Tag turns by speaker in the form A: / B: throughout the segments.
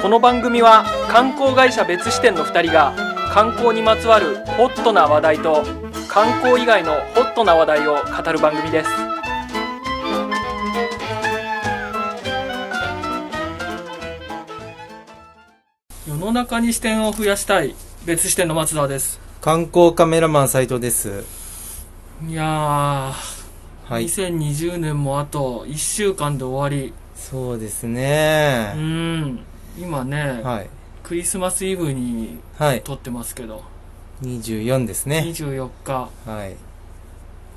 A: この番組は観光会社別支店の2人が観光にまつわるホットな話題と観光以外のホットな話題を語る番組です世の中に視点を増やしたい別支店の松田です
B: 観光カメラマン斉藤です。
A: いやー、
B: はい。
A: 2020年もあと1週間で終わり
B: そうです
A: う
B: ね。
A: ん今ね、
B: はい。
A: クリスマスイブに
B: はい。
A: 撮ってますけど
B: 24ですね。
A: 24日
B: はい。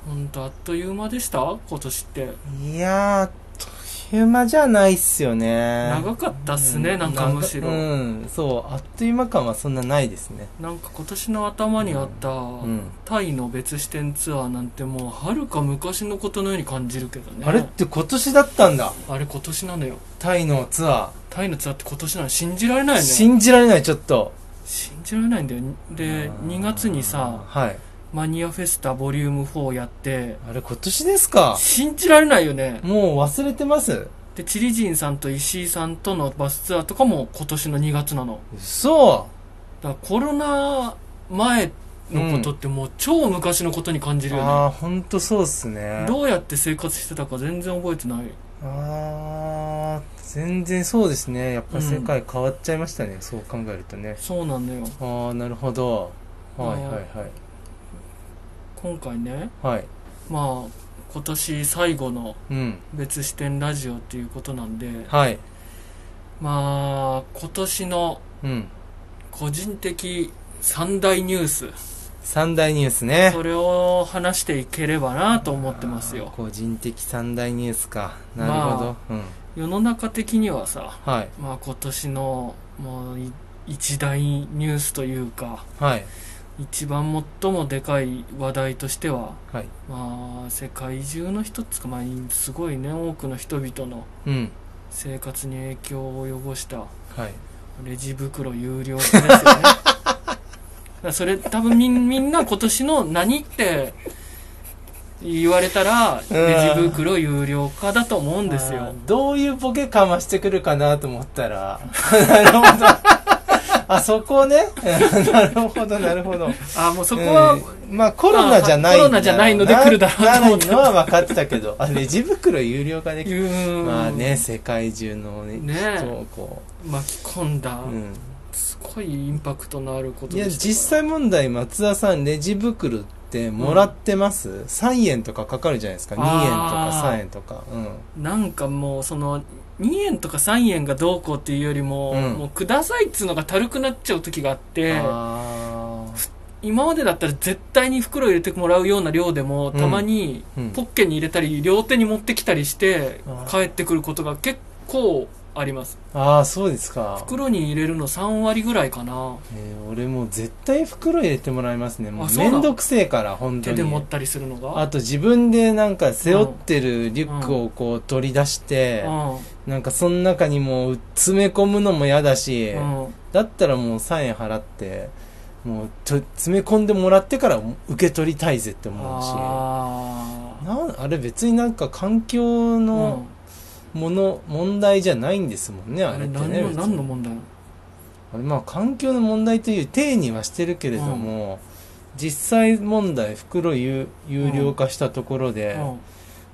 A: ほんとあっという間でした今年って
B: いやー、あっという間じゃないっすよね。
A: 長かったっすね、
B: う
A: なんかむしろ、
B: うん。そう。あっという間感はそんなないですね。
A: なんか今年の頭にあった、
B: うん。
A: タイの別支店ツアーなんてもうはるか昔のことのように感じるけどね
B: あれって今年だったんだ。
A: あれ今年なのよ
B: タイのツア
A: タイのツアーって今年なの信じられない
B: ー。
A: よね
B: 信じられない、ちょっと。
A: 信じられないんだよで
B: うん
A: 2月にさ
B: はい。
A: マニアフェスタボリューム4やって
B: あれ今年ですか
A: 信じられないよね
B: もう忘れてます
A: でチリジンさんと石井さんとのバスツアーとかも今年の2月なの
B: 嘘
A: だからコロナ前のことってもう超昔のことに感じるよね、
B: あー、ほんとそうっすね。
A: どうやって生活してたか全然覚えてない
B: あー全然そうですねやっぱり
A: うん
B: 世界変わっちゃいましたね、そう考えるとね
A: そうなんだよ
B: ああなるほどはいはい
A: 今回ね
B: はいはい
A: まあ今年最後の
B: うん
A: 別視点ラジオっていうことなんで
B: はい
A: まあ今年の
B: うん
A: 個人的三大ニュース
B: 三大ニュースね
A: それを話していければなと思ってます
B: あ
A: よ
B: ー個人的三大ニュースかなるほど、
A: 世の中的にはさ
B: うんはい
A: まあ今年のもうい一大ニュースというか
B: はい
A: 一番最もでかい話題としては
B: はい
A: まあ世界中の人っつうかまあすごいね多くの人々の
B: うん
A: 生活に影響を及ぼした
B: はい
A: レジ袋有料化ですよね だからそれ多分みんみんな今年の何って言われたらレジ袋有料化だと思うんです
B: あ
A: よ
B: ーどういうボケかましてくるかなと思ったら なるほどあそこね なるほどなるほど
A: あもうそこは、
B: えーまあコロナじゃないん
A: コロナじゃないので来るだろうと思っ
B: な
A: て
B: るのは分かってたけどあレジ袋有料化できる
A: うーん
B: まあね世界中のね
A: ねえ
B: 人をこ
A: 巻き込んだ、
B: う、うん、
A: すごいインパクトのあること
B: い
A: で
B: や
A: したから
B: 実際問題松田さんレジ袋ってもらってます、3円とかかかるじゃないですか2円と
A: あ
B: か
A: ー
B: 3円とかう
A: なんかもうその2円とか3円がどうこうっていうよりも、
B: うん
A: もうくださいっつうのがたるくなっちゃう時があって
B: んあー
A: 今までだったら絶対に袋入れてもらうような量でも
B: うん
A: たまに
B: うん
A: ポッケに入れたり両手に持ってきたりして
B: あー
A: 帰ってくることが結構あります
B: あーそうですか、
A: 袋に入れるの3割ぐらいかな
B: えー俺もう絶対袋入れてもらいますねも
A: あ
B: う
A: そうな
B: め
A: の
B: んどくせえから本当
A: 手
B: に
A: で持ったりするのが
B: あと自分でなんか背負ってるリュックをこう取り出して、
A: う
B: なんかその中にもう詰め込むのも嫌だし、
A: んうん
B: だったらもう3円払って、もうと詰め込んでもらってから受け取りたいぜって思うし、
A: あー
B: なんあれ別になんか環境
A: う
B: の
A: ん
B: もの、問題じゃないんですもんね、
A: あ
B: あれ
A: れ
B: って
A: 何
B: ね。
A: の
B: 別に
A: 何の問題
B: あれまあ環境の問題という体にはしてるけれども、実際問題袋有有料化したところで、
A: うん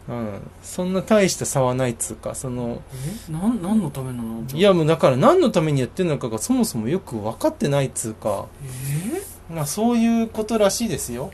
B: うん、そんな大した差はないっつうかその
A: えなん何のためなの
B: いやもうだから何のためにやってるのかがそもそもよく分かってないっつうか、
A: えー
B: まあ、そういうことらしいですよ、、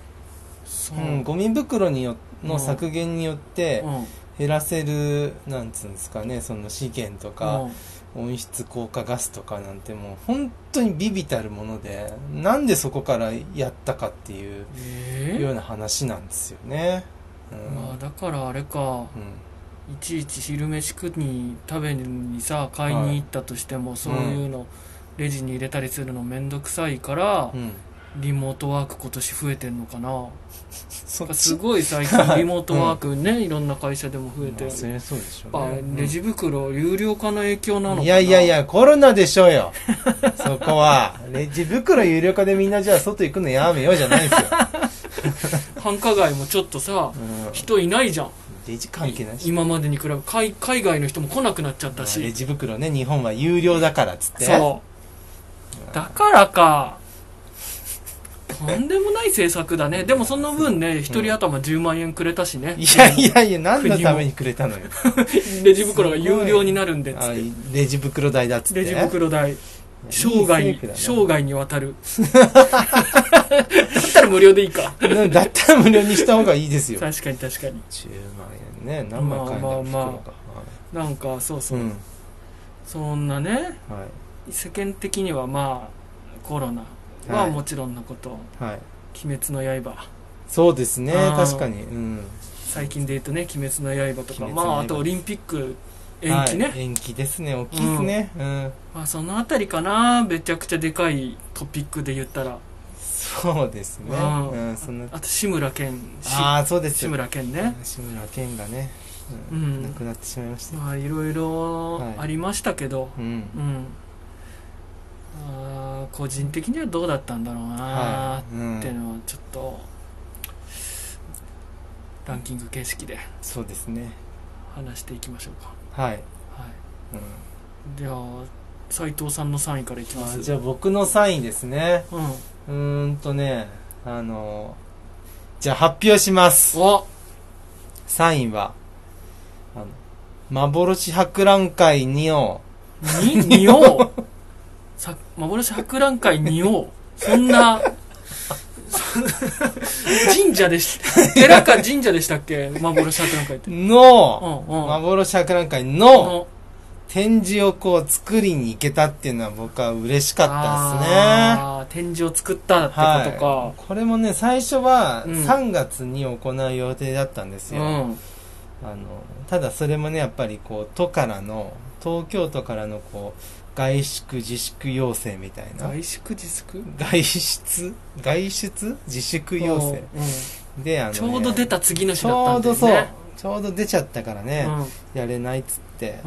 A: そううん
B: ゴミ袋によの削減によって
A: うん
B: 減らせるなんつうんですかねその資源とか温室効果ガスとかなんてもう本当にビビたるものでなんでそこからやったかっていう
A: え
B: よ
A: え
B: うな話なんですよね。うん
A: まあだからあれかいちいち昼飯食いに食べにさ買いに行ったとしても、そういうの、レジに入れたりするのめんどくさいから
B: うん、うん、
A: リモートワーク今年増えてんのかな
B: そ
A: なんかすごい最 近リモートワークね、いろんな会社でも増えて、
B: まあそ
A: やっ
B: りゃそうでしょ
A: ぱ
B: うね、
A: レジ袋有料化の影響なのかない
B: やいやいや、コロナでしょうよ。そこは。レジ袋有料化でみんなじゃあ外行くのやめようじゃないですよ。
A: 繁華街もちょっとさ
B: うん
A: 人いないじゃん
B: レジ関係ないし
A: 今までに比べ海海外の人も来なくなっちゃった
B: まあレ
A: し
B: ジ袋ね日本は有料だからっつって
A: そうだからかとんでもない政策だねでもその分ね一人頭10万円くれたしね
B: いやいやいや何のためにくれたのよ
A: レジ袋が有料になるんでっつ
B: あ
A: って
B: レジ袋代だっつって
A: レジ袋代生
B: い
A: 涯
B: い政府だな
A: 生涯にわたる だったら無料でいいか
B: うんだったら無料にした方がいいですよ
A: 確かに確かに
B: 10万円ね何枚買えんだろう
A: まあまあまあ
B: 袋が
A: なんかそうそう、
B: うん
A: そんなね
B: は
A: 世間的にはまあコロナ
B: い
A: は
B: はい
A: もちろんのこと、
B: はい
A: 鬼滅の刃
B: そうですね
A: あー
B: 確かにうん
A: 最近で言うとね「鬼滅の刃」とか
B: 鬼滅の
A: ま
B: 刃
A: ああとオリンピック延期ね、
B: はい延期ですね大きいですねうん
A: まあそのあたりかなめちゃくちゃでかいトピックで言ったら
B: そうです
A: う
B: ね
A: ん
B: うんそんな
A: あと志村けんし
B: ああそうです
A: 志村けんね
B: 志村けんがねう
A: うん
B: ん亡くなってしまいました
A: まあいろいろありましたけど、
B: うん
A: うんあー個人的にはどうだったんだろうな
B: はいうん
A: ーっていうのはちょっとランキング形式で
B: そうですね
A: 話していきましょうか、
B: はい
A: は
B: う
A: い、
B: ん
A: では斎藤さんの3位からいきま
B: あ
A: す
B: じゃあ僕のサインですね
A: うん、
B: うーんとねあのじゃあ発表します
A: お
B: サインはあの幻博覧会にを
A: ににおうさ幻博覧会におうそんなそんな神社でし寺か神社でしたっけ幻博覧会ってう
B: の
A: んうん
B: 幻博覧会
A: うん
B: の展示をこう作りに行けたっていうのは僕は嬉しかったですね
A: あー展示を作ったってことか、
B: はい、これもね最初は
A: うん
B: 3月に行う予定だったんです
A: う
B: よ、
A: ん
B: あのただそれもねやっぱりこう都からの東京都からのこう外出自粛要請みたいな
A: 外宿自粛
B: 外出外出自粛要請
A: う
B: であの
A: ん
B: ね、
A: ちょうど出た次の日
B: ち
A: だった
B: ょ
A: んだ
B: うど
A: よ
B: そう
A: ね
B: ちょうど出ちゃったからね、
A: う
B: やれないっつって
A: ん、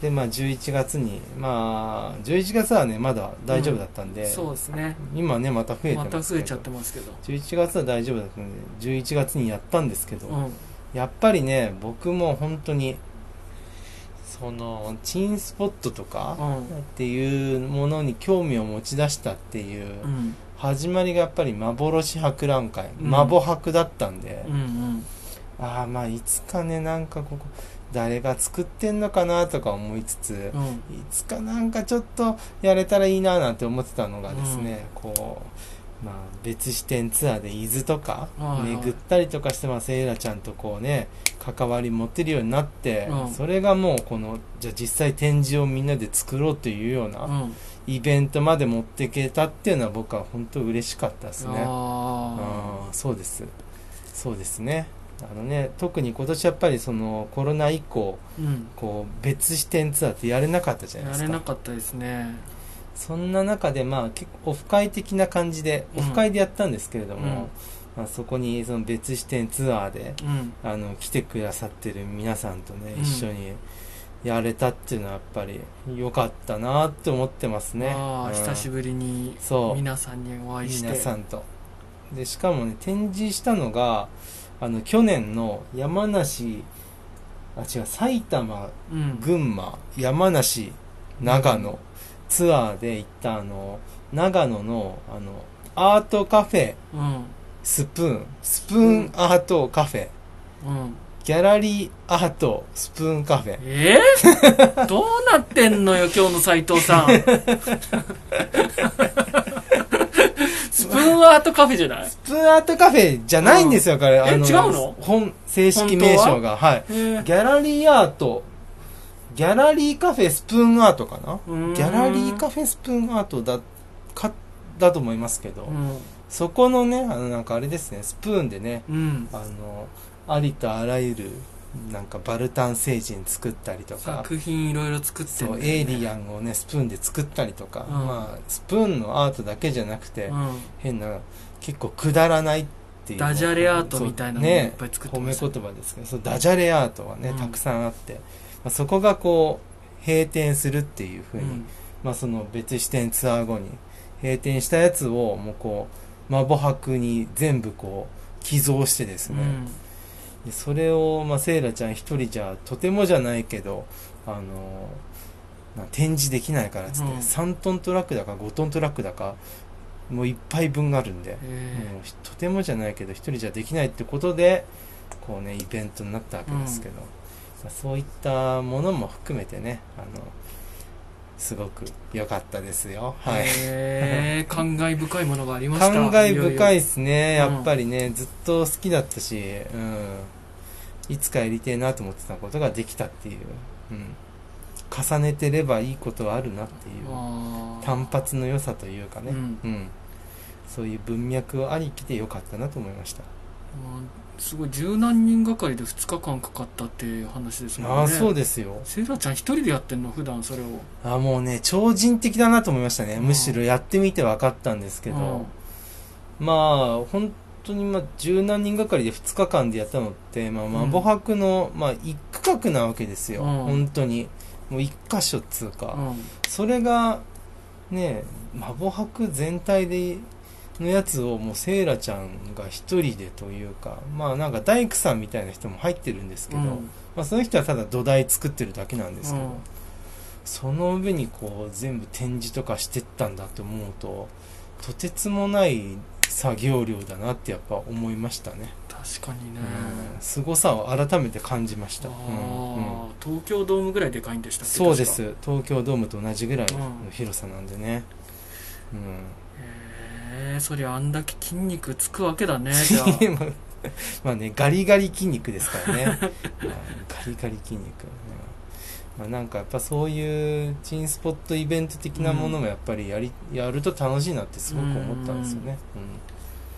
B: でまあ11月にまあ11月はねまだ大丈夫だったんで、
A: うん、そうですね
B: 今ねまた増えて
A: ま
B: ま
A: す
B: けど
A: た増えちゃってますけど、
B: 11月は大丈夫だったんで11月にやったんですけど、
A: うん、
B: やっぱりね、僕も本当に、その、チンスポットとか、
A: う
B: っていうものに興味を持ち出したっていうん
A: う、ん
B: 始まりがやっぱり幻博覧会、
A: うん
B: 孫博だったんで
A: うんう、ん
B: ああ、まあいつかね、なんかここ、誰が作ってんのかなとか思いつつ
A: う、ん
B: いつかなんかちょっとやれたらいいななんて思ってたのがですね、こう、まあ別視点ツアーで伊豆とか
A: はいはい
B: 巡ったりとかしてまあセイラちゃんとこうね、関わり持ってるようになって、
A: うん
B: それがもうこの、じゃあ実際展示をみんなで作ろうというよう
A: う
B: なんイベントまで持ってけたっていうのは僕は本当嬉しかったですね。
A: あ
B: あーそうです。そうですね。あのね、特に今年やっぱりそのコロナ以降、
A: ーうん
B: こう別視点ツアーってやれなかったじゃないで
A: や
B: す
A: れ
B: か。
A: なかったですね
B: そんな中で、まあ、結構オフ会的な感じで、
A: うん
B: オフ会でやったんですけれども、まあ、そこにその別視点ツアーで
A: うん
B: あの来てくださってる皆さんとね、
A: うん
B: 一緒にやれたっていうのはやっぱり良かったなって思ってますね。
A: ああ久し
B: ぶ
A: ぶりに
B: そう
A: 皆さんにお会いして
B: 皆さんと。でしかもね展示したのがあの去年の山梨あ違う埼玉
A: うん
B: 群馬山梨長野ツアーで行ったあの長野のあのアートカフェ
A: うん
B: スプーンスプーンアートカフェ、
A: うん
B: ギャラリーアートスプーンカフェ
A: え ー、どうなってんのよ今日の斉藤さんスプーンアートカフェじゃない
B: スプーンアートカフェじゃないんですよ、これあ
A: 違うの
B: 本正式名称がはい
A: へー
B: ギャラリーアートギャラリーカフェスプーンアートかな
A: うーん
B: ギャラリーカフェスプーンアートだかだと思いますけど、
A: うん
B: そこのねあのなんかあれですねスプーンでね
A: うん
B: あのありとあらゆるなんかバルタン星人作ったりとか
A: 作品いろいろ作ってん
B: そ
A: だ
B: う
A: よね
B: エイリアンをねスプーンで作ったりとか、
A: ん
B: まあ、スプーンのアートだけじゃなくて、
A: うん
B: 変な結構くだらないっていう
A: ダジャレアートみたいなのも
B: そう
A: いっ
B: ね
A: ぱい作って
B: 褒
A: ま
B: め
A: した
B: 言葉ですけどそうダジャレアートはね、
A: うん
B: たくさんあって、まあ、そこがこう閉店するっていうふうに、
A: うん
B: まあ、その別支店ツアー後に閉店したやつをもうこう孫博に全部こう寄贈してです
A: う
B: ね、
A: ん
B: でそれを、まあ、セイラちゃん一人じゃとてもじゃないけどあのな展示できないからっつって、
A: うん
B: 3トントラックだか5トントラックだかもういっぱい分があるんで、も
A: え
B: うひとてもじゃないけど一人じゃできないってことでこうねイベントになったわけですけど、まあそういったものも含めてねあのすごく良かったですよ。
A: ー
B: はい
A: えー感慨深いものがありました
B: 感慨深い
A: いよいよ
B: ですね
A: うん
B: やっぱりね、ずっと好きだったし、うん、いつかやりてえなと思ってたことができたっていう、うん、重ねてればいいことはあるなっていう
A: あー
B: 単発の良さというかね、
A: う
B: うん
A: ん
B: そういう文脈ありきでよかったなと思いました、
A: まあすごい十何人がかりで2日間かかったっていう話ですもんね
B: ああそうですよ
A: セイラちゃん一人でやってんの普段それを
B: ああもうね超人的だなと思いましたね、
A: うん
B: むしろやってみて分かったんですけど、まあ本当にまあ十何人がかりで2日間でやったのって、まあ、マボ博の、まあ一区画なわけですよ、
A: うん
B: 本当にもう一箇所っつうか、
A: うんうん
B: それがねマボ博全体でのやつをもうセイラちゃんが一人でというかまあなんか大工さんみたいな人も入ってるんですけど、
A: うん
B: まあ、その人はただ土台作ってるだけなんですけど、
A: うん
B: その上にこう全部展示とかしてったんだと思うととてつもない作業量だなってやっぱ思いましたね、
A: 確かにね、
B: うん、凄さを改めて感じました、
A: あ
B: うんうん
A: ー東京ドームぐらいでかいんでしたっけ
B: そう
A: 確
B: で
A: か
B: す東京ドームと同じぐらいの広さなんでね、うん
A: へえそりゃあんだけ筋肉つくわけ だねじゃあ
B: まあまあね、ガリガリ筋肉ですからね。はいガリガリ筋肉。うんまあなんかやっぱそういうチンスポットイベント的なものもやっぱりやり、やると楽しいなってすごく思ったんですよね。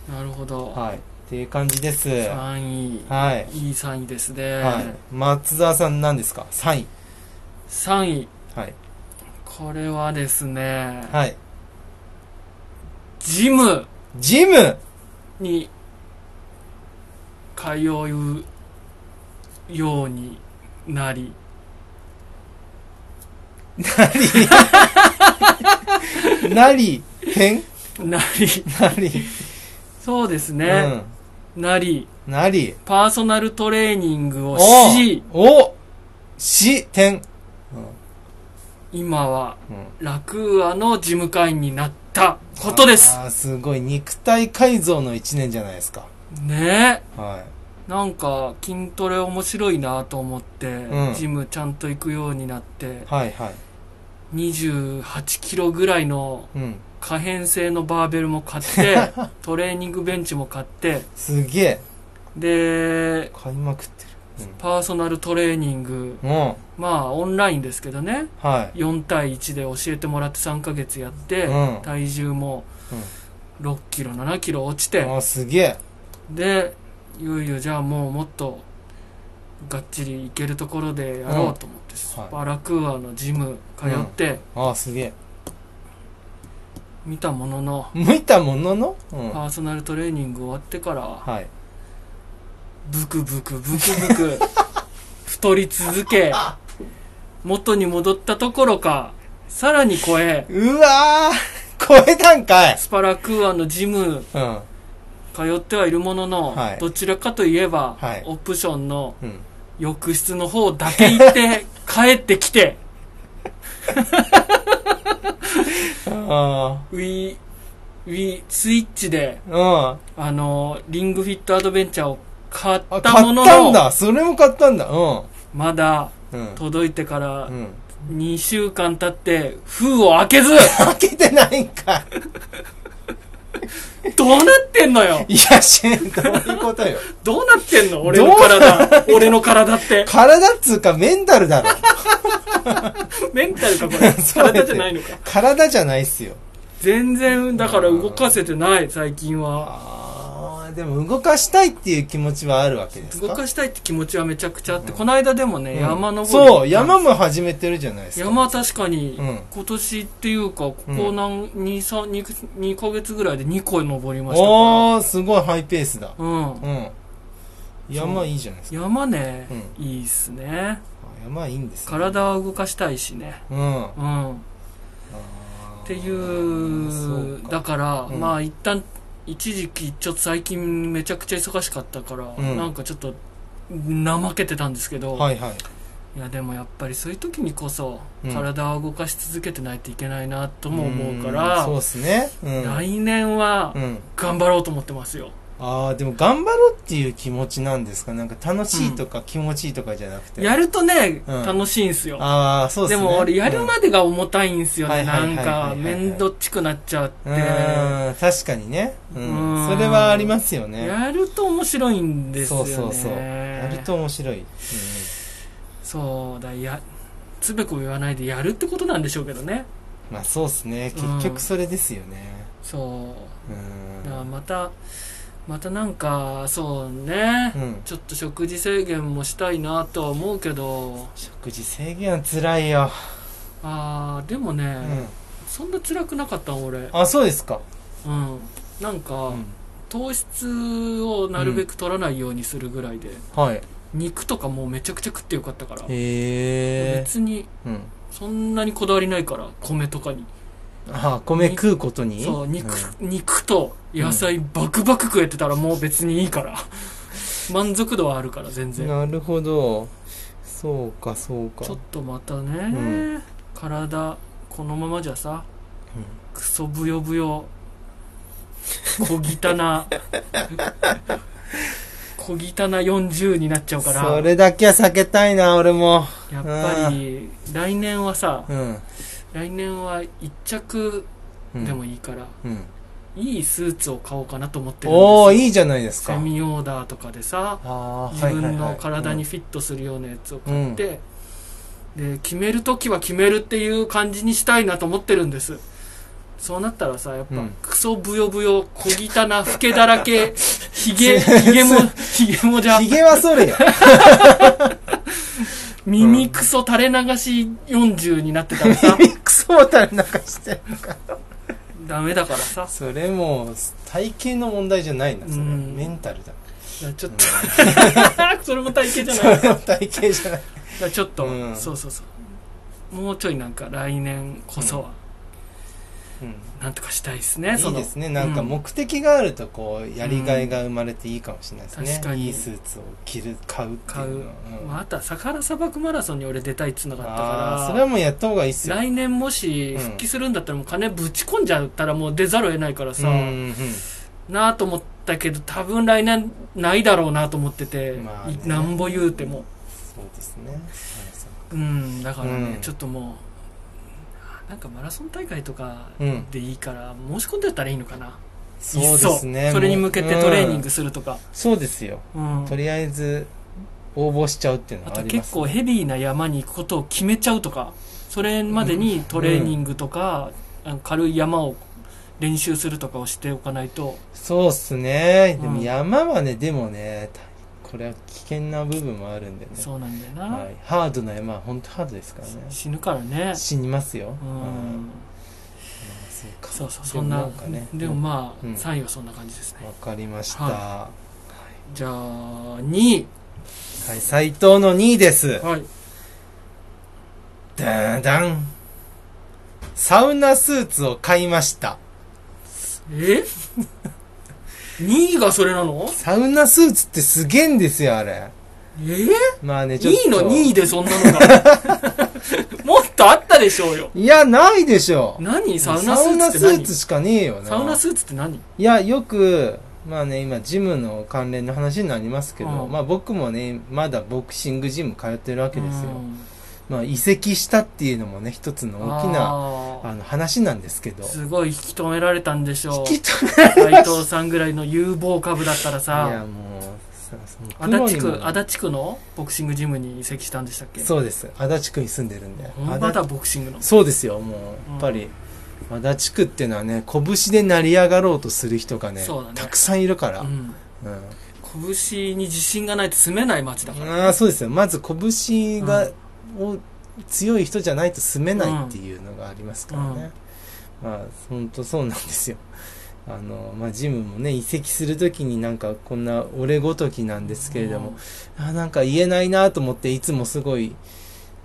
A: なるほ
B: うん
A: ど、
B: はい。っていう感じです。は
A: 3位、
B: い。
A: いい3位ですね、
B: はい。松沢さん何ですか ?3 位。
A: 3位
B: はい。
A: これはですね、
B: はい。
A: ジム
B: ジム
A: に通うようになり
B: なり、へん
A: なり
B: なり。
A: そうですね、なり
B: うん。なり。
A: パーソナルトレーニングを
B: お
A: し
B: おし、点。
A: 今は
B: うん。うん
A: ラクーアの事務会員になったことです
B: あーすごい肉体改造の1年じゃないですか
A: ね
B: は
A: えなんか筋トレ面白いなと思って、
B: うん
A: ジムちゃんと行くようになっ
B: い
A: て
B: はいはい
A: 28キロぐらいの
B: うん
A: 可変性のバーベルも買って トレーニングベンチも買って
B: すげえ
A: で
B: 買いまくってる
A: パーソナルトレーニング
B: うん、うん
A: まあオンラインですけどね
B: は
A: 4対1で教えてもらって3ヶ月やって、
B: うん
A: 体重も6キロ7キロ落ち
B: い
A: て、
B: あすげえ
A: でいよいよじゃあもうもっとがっちりいけるところでやろうと思って、
B: うんはい
A: バラクーアのジム通って
B: あすげえ
A: 見たものの、
B: 向いたものの、うん、
A: パーソナルトレーニング終わってから
B: はい
A: ブクブクブクブク太り続け元に戻ったところかさらに超え
B: うわー超えたんかい
A: スパラクーアのジム
B: うん
A: 通ってはいるものの、
B: はい
A: どちらかといえば、
B: はい
A: オプションの
B: うん
A: 浴室の方だけ行 って帰ってきて
B: あ
A: ウィウィスイッチで、
B: あうん
A: あの、リングフィットアドベンチャーを買っ
B: あ
A: た
B: 買
A: も
B: っ
A: の
B: たん
A: の、
B: だそれも買ったんだうん
A: まだ
B: うん
A: 届いてから
B: うん
A: 2週間経って、封を開け ず、
B: 開けてないんか
A: どうなってんのよ
B: いいやしどういうことよ
A: どうなってんの俺の体、俺の体って。
B: 体っつうかメンタルだろ
A: メンタルかこれ。
B: そう
A: 体
B: です
A: じゃないのか。
B: 体じゃないっすよ
A: 全然、だから動かせてない、最近は。
B: ああでも動かしたいっていう気持ちはあるわけですか
A: 動かしたいって気持ちはめちゃくちゃあって、この間でもね、
B: うん
A: 山登り。
B: そう山も始めてるじゃないですか
A: 山は確かに
B: うん
A: 今年っていうかここ何、2, 3 2, 2ヶ月ぐらいで2個登りましたか
B: おーすごいハイペースだ
A: ら、うん、
B: うん山いいじゃないですか
A: 山ね、
B: う
A: いいっすね
B: あ山いいんですね
A: 体は動かしたいしね
B: うんっ
A: うんっていうだから、
B: うん
A: まあ一旦一時期ちょっと最近めちゃくちゃ忙しかったから、
B: うん
A: なんかちょっと怠けてたんですけど、
B: はいはい
A: いやでもやっぱりそういう時にこそ
B: うん
A: 体を動かし続けてないといけないなとも思うか
B: ん
A: ら、
B: そうですねうん、
A: 来年は
B: うん、
A: 頑張ろうと思ってますよ、
B: ああでも頑張ろうっていう気持ちなんですかなんか楽しいとか気持ちいいとかじゃなくて、
A: やるとね、
B: うん
A: 楽しいんすよ
B: ああそうで
A: です
B: ね
A: も俺やる
B: っ
A: までが重たいんすよね、
B: うんはいは
A: なん
B: いはいはい
A: か
B: はい
A: 面倒っちくなっちゃって、
B: うんうん確かにね、うん
A: うん
B: それはありますよね
A: やると面白いんですよね
B: そうそうそうやると面白い、うん
A: そうだやつべこべ言わないでやるってことなんでしょうけどね
B: まあそうですね
A: うん
B: 結局それですよね
A: そう
B: う
A: だから
B: ん
A: またまたなんかそうね、
B: うん
A: ちょっと食事制限もしたいなとは思うけど
B: 食事制限は辛いよ、
A: あーでもね、
B: うん、
A: そんな辛くなかった俺うん
B: あそうですか、
A: なんか、
B: うん
A: 糖質をなるべく取らないようにするぐらいで、
B: はい
A: 肉とかもうめちゃくちゃ食ってよかったから、
B: へえ、
A: 別に
B: うん、
A: そんなにこだわりないから米とかに
B: ああ米食うことに
A: そう肉,、
B: ん
A: 肉と野菜バクバク食えてたらもう別にいいから満足度はあるから全然
B: なるほどそうかそうか
A: ちょっとまたね、
B: ん
A: 体このままじゃさクソブヨブヨ 小汚な小汚な40になっちゃうから
B: それだけは避けたいな俺も
A: やっぱり来年はさ
B: うん、
A: 来年は一着
B: うん、
A: でもいいから、
B: うん
A: いいスーツを買おうかなと思ってるんですよ
B: おおいいじゃないですか
A: セミオーダーとかでさ
B: あー
A: 自
B: はいはいはい
A: 分の体にフィットするようなやつを
B: うん
A: 買って、で決める時は決めるっていう感じにしたいなと思ってるんですそうなったらさやっぱ、
B: うん
A: クソブヨブヨ小汚な老けだら けひげひげもひげもじゃ
B: ひげはそ れよ。
A: 耳クソ垂れ流し40になってたらさ
B: クソもたれなんかして。
A: ダメだからさ
B: それもう、体型の問題じゃないな、それは。
A: うん
B: メンタル
A: だ
B: だ。
A: からちょっ
B: うん
A: とそれも体型じゃない
B: それも体型じゃない。
A: だからちょっと、
B: うん
A: そうそうそうもうちょいなんか来年こそはなんとかしたいですね、
B: い
A: そ
B: い
A: の
B: ですね。なんか
A: うん
B: 目的があると、こう、やりがいが生まれていいかもしれないですね。
A: 確かに
B: いいスーツを着る、買うっていうのは。うん
A: またサハラ砂漠マラソンに俺出たいっつうのが
B: あ
A: あ
B: あ、
A: った
B: そ
A: か
B: れ
A: ら
B: はもうやった方がいいっすよ。
A: 来年もし復帰するんだったらもう金ぶち込んじゃったらもう出ざるを得ないからさ、
B: うん
A: なあと思ったけど多分来年ないだろうなと思ってて、
B: まあね
A: いなんぼ言うても
B: そうですね。はいそう
A: うんだからね、
B: うん
A: ちょっともうなんかマラソン大会とか
B: うん
A: でいいから申し込んでったらいいのかな、
B: そう
A: い
B: で
A: っそ
B: すね。
A: それに向けてトレーニン
B: うん
A: グ。するとか、
B: そうですよ。
A: うん
B: とりあえず、応募しちゃうっていうの
A: あ
B: はあ
A: と
B: ります
A: 結構ヘビーな山に行くことを決めちゃうとかそれまでにトレーニングとか、あの軽い山を練習するとかをしておかないと
B: そうっすね。で
A: う
B: も
A: ん
B: 山はね、でもね、たこれは危険な部分もあるんでね。
A: そうなんだよな、
B: はい、ハードな山は本当ハードですからね。
A: 死ぬからね
B: 死にますよ。
A: う
B: うん
A: ん
B: そうか。
A: そうそうそんな
B: でもかね。
A: でもまあ、
B: うん
A: 3位はそんな感じですね
B: わかりました。は
A: はじゃあ2位
B: い、斎藤の2位です。
A: はい
B: ダンダン。サウナスーツを買いました。
A: え2位がそれなの
B: サウナスーツってすげえんですよ、あれ。
A: え
B: まあね、ちょっ
A: 2位
B: と。
A: の2位でそんなのがもっとあったでしょうよ
B: いや、ないでしょ。
A: 何サウナ
B: サ
A: ス
B: ウ
A: ー
B: ナ
A: ツ
B: ス
A: って何
B: ーツしかねえよな。
A: サウナスーツって何
B: いや、よく、まあね、今、ジムの関連の話になりますけど、
A: うん
B: まあ僕もね、まだボクシングジム通ってるわけですよ。
A: うん
B: まあ移籍したっていうのもね、一つの大きな、あ
A: あ
B: の、話なんですけど
A: ー。すごい引き止められたんでしょう
B: 引き取
A: 斎藤さんぐらいの有望株だったら
B: らいや、
A: さ
B: もう、さその
A: 足立
B: プロに
A: 区
B: も
A: 足立区のボクシングジムに移籍したんでしたっけ
B: そうです。足立区に住んでるんで。
A: 本場
B: 足
A: だ
B: 立
A: ボクシングの
B: そうですよ、もう、やっぱり。足立区っていうのはね、拳で成り上がろうとする人がね、
A: そうだね
B: たくさんいるから。
A: うん
B: うん
A: 拳に自信がないと住めない街だから
B: ああそうですよまず拳が、を強い人じゃないと住めないっていうのがありますからね、まあ本当そうなんですよあのまあジムもね移籍するときになんかこんな俺ごときなんですけれども、あーなんか言えないなと思っていつもすごい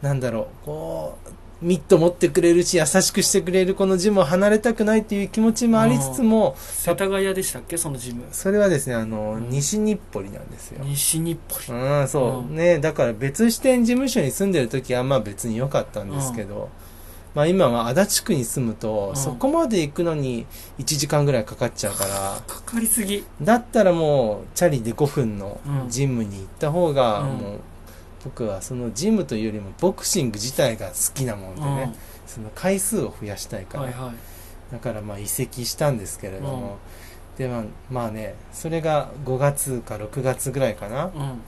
B: なんだろうこうミット持ってくれるし、優しくしてくれるこのジムを離れたくないっていう気持ちもありつつも、
A: 世田谷でしたっけそのジム
B: それはですね、あの、
A: うん
B: 西日暮里なんですよ。
A: 西日暮里
B: うん、そう、
A: うん
B: ね。だから別支店事務所に住んでる時はまあ別に良かったんですけど、まあ今は足立区に住むと、
A: うん
B: そこまで行くのに1時間ぐらいかかっちゃうから、
A: かかりすぎ
B: だったらもうチャリで5分の
A: うん
B: ジムに行った方が、
A: うん
B: もう僕はそのジムというよりもボクシング自体が好きなもん
A: う
B: で
A: ん
B: ね、
A: は
B: その回数を増やしたい
A: い
B: から、
A: は
B: だからまあ移籍したんですけれども、でまあまあねそれが5月か6月ぐらいかない
A: うんうん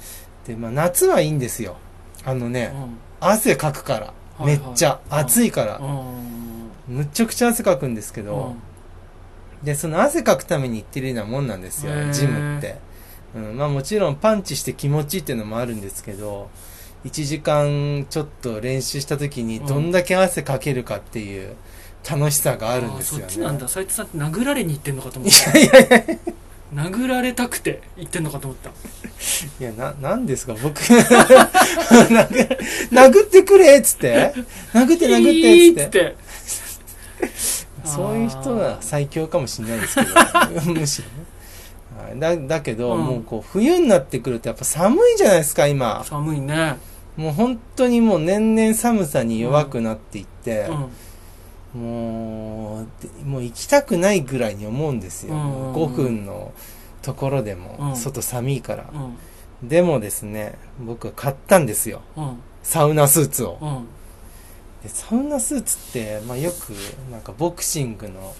B: でまあ夏はいいんですよあのね、汗かくから、
A: はいはい
B: めっちゃ
A: うん
B: 暑いから、
A: うん
B: むっちゃくちゃ汗かくんですけ
A: う
B: ど、
A: ん
B: でその汗かくために行ってるようなもんなんですよ
A: へー
B: ジムって、うん、まあもちろんパンチして気持ちいいっていうのもあるんですけど1時間ちょっと練習した時に
A: うん
B: どんだけ汗かけるかっていう楽しさがあるんですよね、
A: あーそっちなんだ斉藤さんって殴られに行ってんのかと思った殴られたくて行ってんのかと思った
B: いやななんですか僕 殴殴ってくれっつって殴って殴ってっつって
A: てっ
B: そういう人は最強かもしれないですけ ど、むしろねはい。だだけど、
A: うん
B: もうこう冬になってくるとやっぱ寒いじゃないですか、今。
A: 寒いね
B: もう本当にもう年々寒さに弱くなっていって
A: う、ん
B: もうで、もう行きたくないぐらいに思うんですよ。
A: うんうんうん
B: 5分のところで
A: う
B: も、
A: ん
B: 外寒いから。
A: うん
B: でもですね、僕は買ったんですよ。
A: うん
B: サウナスーツを。
A: うん
B: でサウナスーツって、まあ、よくなんかボクシングの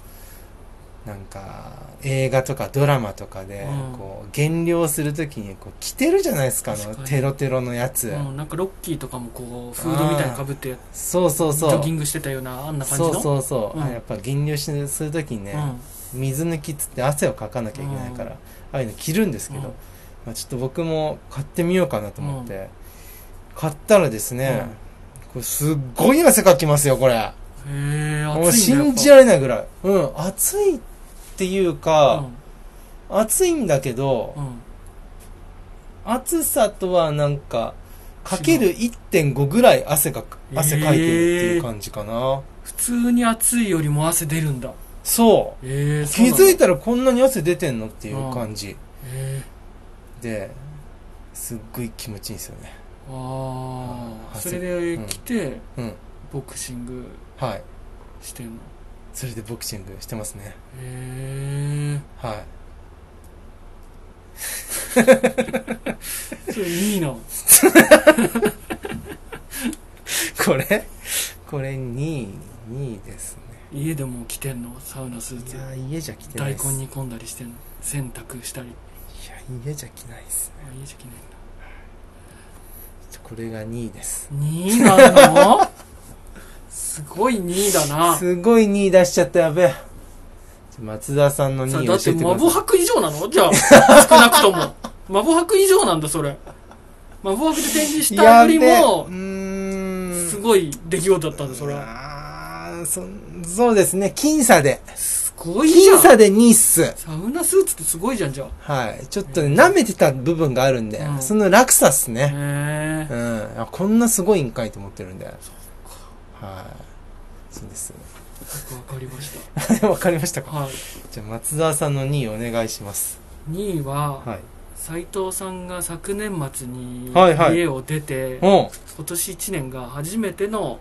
B: なんか映画とかドラマとかで
A: うん
B: こう減量するときにこう着てるじゃないですかあの
A: 確かに
B: テロテロのやつ、
A: うん、なんかロッキーとかもこうフードみたいなのかぶってジ
B: そうそうそう
A: ョギングしてたようなあんな感じ
B: そ
A: の
B: うそうそう、
A: うん
B: やっぱ減量しするときにね、
A: うん
B: 水抜きっつって汗をかかなきゃいけないから、
A: うん
B: ああいうの着るんですけど、
A: うん
B: まあ、ちょっと僕も買ってみようかなと思って、買ったらですね、これすっごい汗かきますよこれ。
A: へえ
B: もう
A: 暑いんだ
B: 信じられないぐらい。うん、暑いっていう
A: やっ
B: か、暑いんだけど
A: ぱう、んうん
B: 暑さとはなんか、かける1.5ぐらい汗が、汗かいてるっていう感じかな。
A: 普通に暑いよりも汗出るんだ
B: そう。
A: ええ
B: 気づいたらこんなに汗出てんのっていう感じ。
A: え
B: で、すっごい気持ちいいんですよね。
A: ああ
B: 汗
A: それで来て
B: うん。
A: ボクシング
B: はい。
A: してんの
B: それでボクシングしてますね。
A: へ
B: はい。
A: えそれいいな
B: これこれ2位、2位ですね。
A: 家でも着てんのサウナスー
B: い
A: ツ
B: やー、家じゃ着てない
A: 大
B: です。
A: 根煮込んだりしてんの洗濯したり
B: いや、家じゃ着ないです。
A: あ家じゃ着ないんだ
B: これが2位です。
A: 2位なのすごい2位だな
B: すごい2位出しちゃった、やべえ。ちょ松田さんの
A: さ
B: 2
A: あ
B: 位
A: だっ
B: 教え
A: て
B: てく
A: マ
B: だ
A: ボ
B: さい。
A: 博以上なのじゃあ少なくともマボ博以上なんだそれマボ博で展示したより
B: う
A: も
B: ーん。
A: す
B: い。
A: ごい出来事だったんだそれは
B: あーそ、そうですね。僅差で。
A: すごいじゃ
B: 僅
A: ん
B: 差で2位っす。
A: サウナスーツってすごいじゃんじゃあ
B: はい。ちょっとね、舐めてた部分があるんで、
A: うん
B: その落差っすね。
A: へ
B: う
A: え
B: ん。あこんなすごいんかいと思ってるんで。はい。そうです。
A: よくわかりまし
B: わかりました
A: た
B: か
A: はい
B: じゃあ、松田さんの2位お願いします。
A: 2位は
B: はい。
A: 斎藤さんが昨年末に
B: はいはい
A: 家を出て
B: うん。
A: 今年1年が初めての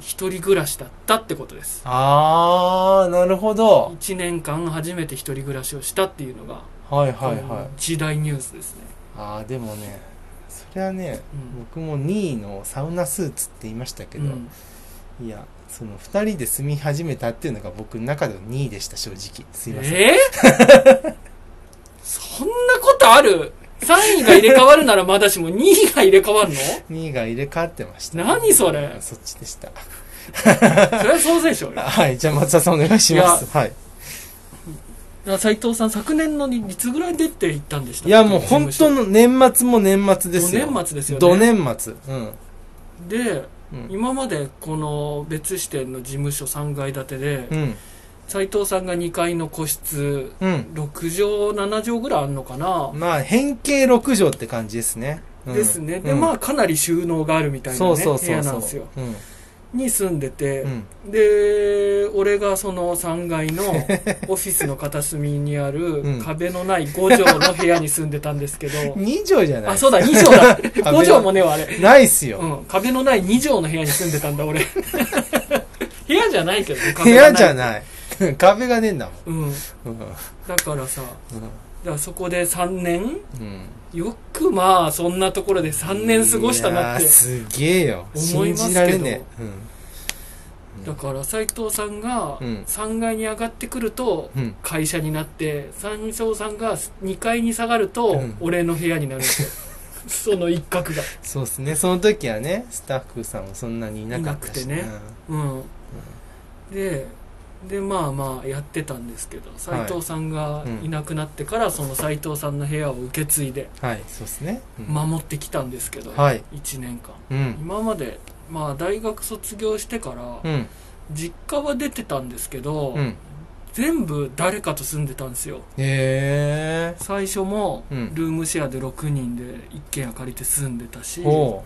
A: 一人暮らしだったってことです
B: あー、なるほど。
A: 1年間初めて一人暮らしをしたっていうのが
B: はいはいはい、
A: 時代ニュースですね
B: ああでもねそれはね、
A: うん
B: 僕も2位のサウナスーツって言いましたけど、
A: うん
B: いやその2人で住み始めたっていうのが僕の中での2位でした正直すいません、
A: えー そんなことある ?3 位が入れ替わるならまだしも2位が入れ替わるの
B: 2位が入れ替わってました
A: 何それ
B: そっちでした
A: それはそうでしょうよ
B: はいじゃあ松田さんお願いしますはい
A: 斉藤さん昨年のいつぐらい出て行ったんでした
B: いやもう本当
A: の
B: の年末も年末ですよ
A: ど年末ですよね
B: ど年末うん、
A: で
B: うん
A: 今までこの別支店の事務所3階建てで
B: うん
A: 斉藤さんが2階の個室
B: うん
A: 6畳7畳ぐらいあるのかな、
B: まあ変形6畳って感じですね、うん
A: ですねで、
B: うん
A: まあかなり収納があるみたいな、ね、
B: そうそうそうそう
A: 部屋なんですよ
B: うん
A: に住んでて
B: う、ん
A: で俺がその3階 のオフィスの片隅にあ
B: うん
A: る壁のない5畳の部屋に住んでたんですけ ど
B: 2畳じゃない
A: あそうだ2畳 だ5
B: の
A: 畳もねえわあれ、
B: ないっすよ、
A: うん、壁のない2畳の部屋に住んでたんだ 俺部屋じゃないけどね
B: 部屋じゃ
A: い、
B: ない 壁がねえんだも
A: うん、
B: んうん
A: だからさだからそこで3年
B: うん
A: よくまあそんなところで3年過ごしたなっ
B: いやー
A: て
B: すげえよ
A: 思います
B: 信
A: けど
B: じられねえ
A: だから斎藤さんが
B: うん
A: 3階に上がってくると
B: うん、うん、
A: 会社になって三藤さんが2階に下がると
B: うん
A: 俺の部屋に なるんですよその一角が
B: そうっすねその時はねスタッフさんもそんなにいなかったし
A: いなくてねうんででまあまあやってたんですけど斎藤さんがいなくなってからその斎藤さんの部屋を受け継いで
B: うんはいそうっすね、うん
A: 守ってきたんですけど
B: はい
A: 1年間
B: うん
A: 今までまあ大学卒業してから
B: うん
A: 実家は出てたんですけど
B: うん
A: 全部誰かと住んでたんですよ
B: へえ
A: 最初も
B: うん
A: ルームシェアで6人で一軒家借りて住んでたし、
B: ほ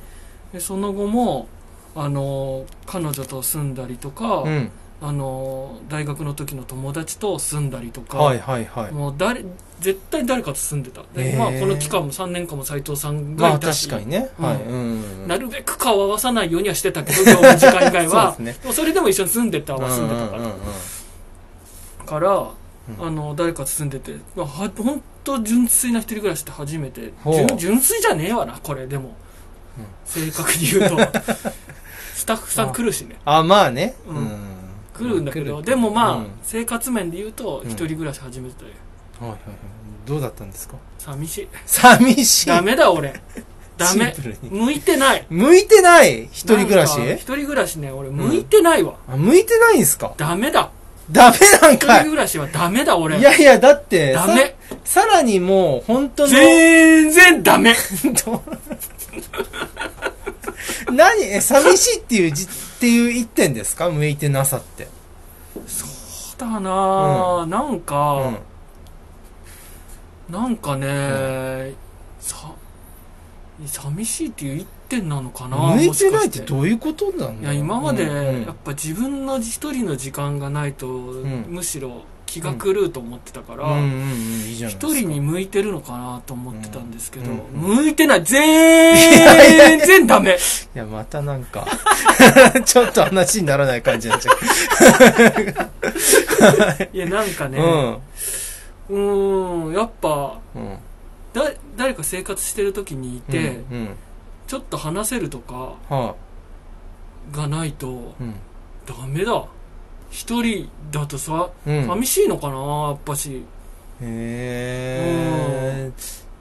A: でその後もあの彼女と住んだりとか、
B: ううん
A: あの大学の時の友達と住んだりとか、
B: はいはいはい
A: もう誰絶対誰かと住んでたで、
B: へー
A: まあ、この期間も3年間も斎藤さんが
B: まあ
A: いた
B: 確
A: し、
B: かにね、
A: うん
B: はいうん
A: なるべく顔を合わさないようにはしてたけど業務時間以外は
B: そうですね
A: でもそれでも一緒に住んでたは住んでたから、
B: うんうんうんうん
A: から
B: うん
A: あの誰かと住んでて、まあ、は本当純粋な一人暮らしって初めて
B: ほう
A: 純純粋じゃねえわなこれでも、
B: うん
A: 正確に言うと スタッフさん来るしね
B: あまあね、
A: うん来るんだけど、でもまあ、
B: うん
A: 生活面で言うと
B: うん
A: 一人暮らし始めてたよ
B: はいはいはいどうだったんですか
A: 寂しい
B: 寂しい
A: ダメだ俺ダメ
B: シンプルに
A: 向いてない
B: 向いてない一人暮らし
A: なんか一人暮らしね俺向いてないわ、
B: あ向いてないんすか
A: ダメだ
B: ダメなん
A: 一人
B: かい
A: 暮らしはダメだ俺
B: いやいや、だって、
A: ダ
B: さ
A: メ
B: さらにもう、本当の、
A: 全然ダメ
B: 何、え、寂しいっていうじ、っていう一点ですか向いてなさって。
A: そうだなあ、なんか、
B: うん。
A: なんかね、さ寂しいっていう一点なのかな
B: 向いてないっ
A: もしてかして
B: どういうことなの
A: いや今まで
B: うんうん
A: やっぱ自分の一人の時間がないと、
B: ん
A: むしろ気が狂うと思ってたか
B: うんうん
A: ら
B: うん、いいじゃない
A: 一、
B: ですか。
A: 人に向いてるのかなと思ってたんですけど、
B: うん
A: 向いてない全然ダメ
B: いや、またなんか、 ちょっと話にならない感じになっちゃ
A: いやなんかね
B: う。
A: うーんやっぱ
B: うん。うん。
A: だ誰か生活してる時にいて、
B: うんうん。
A: ちょっと話せるとか
B: は
A: がないと
B: い。うん。
A: ダメだ一人だとさ
B: うん。
A: 寂しいのかなやっぱし
B: へえ。やっ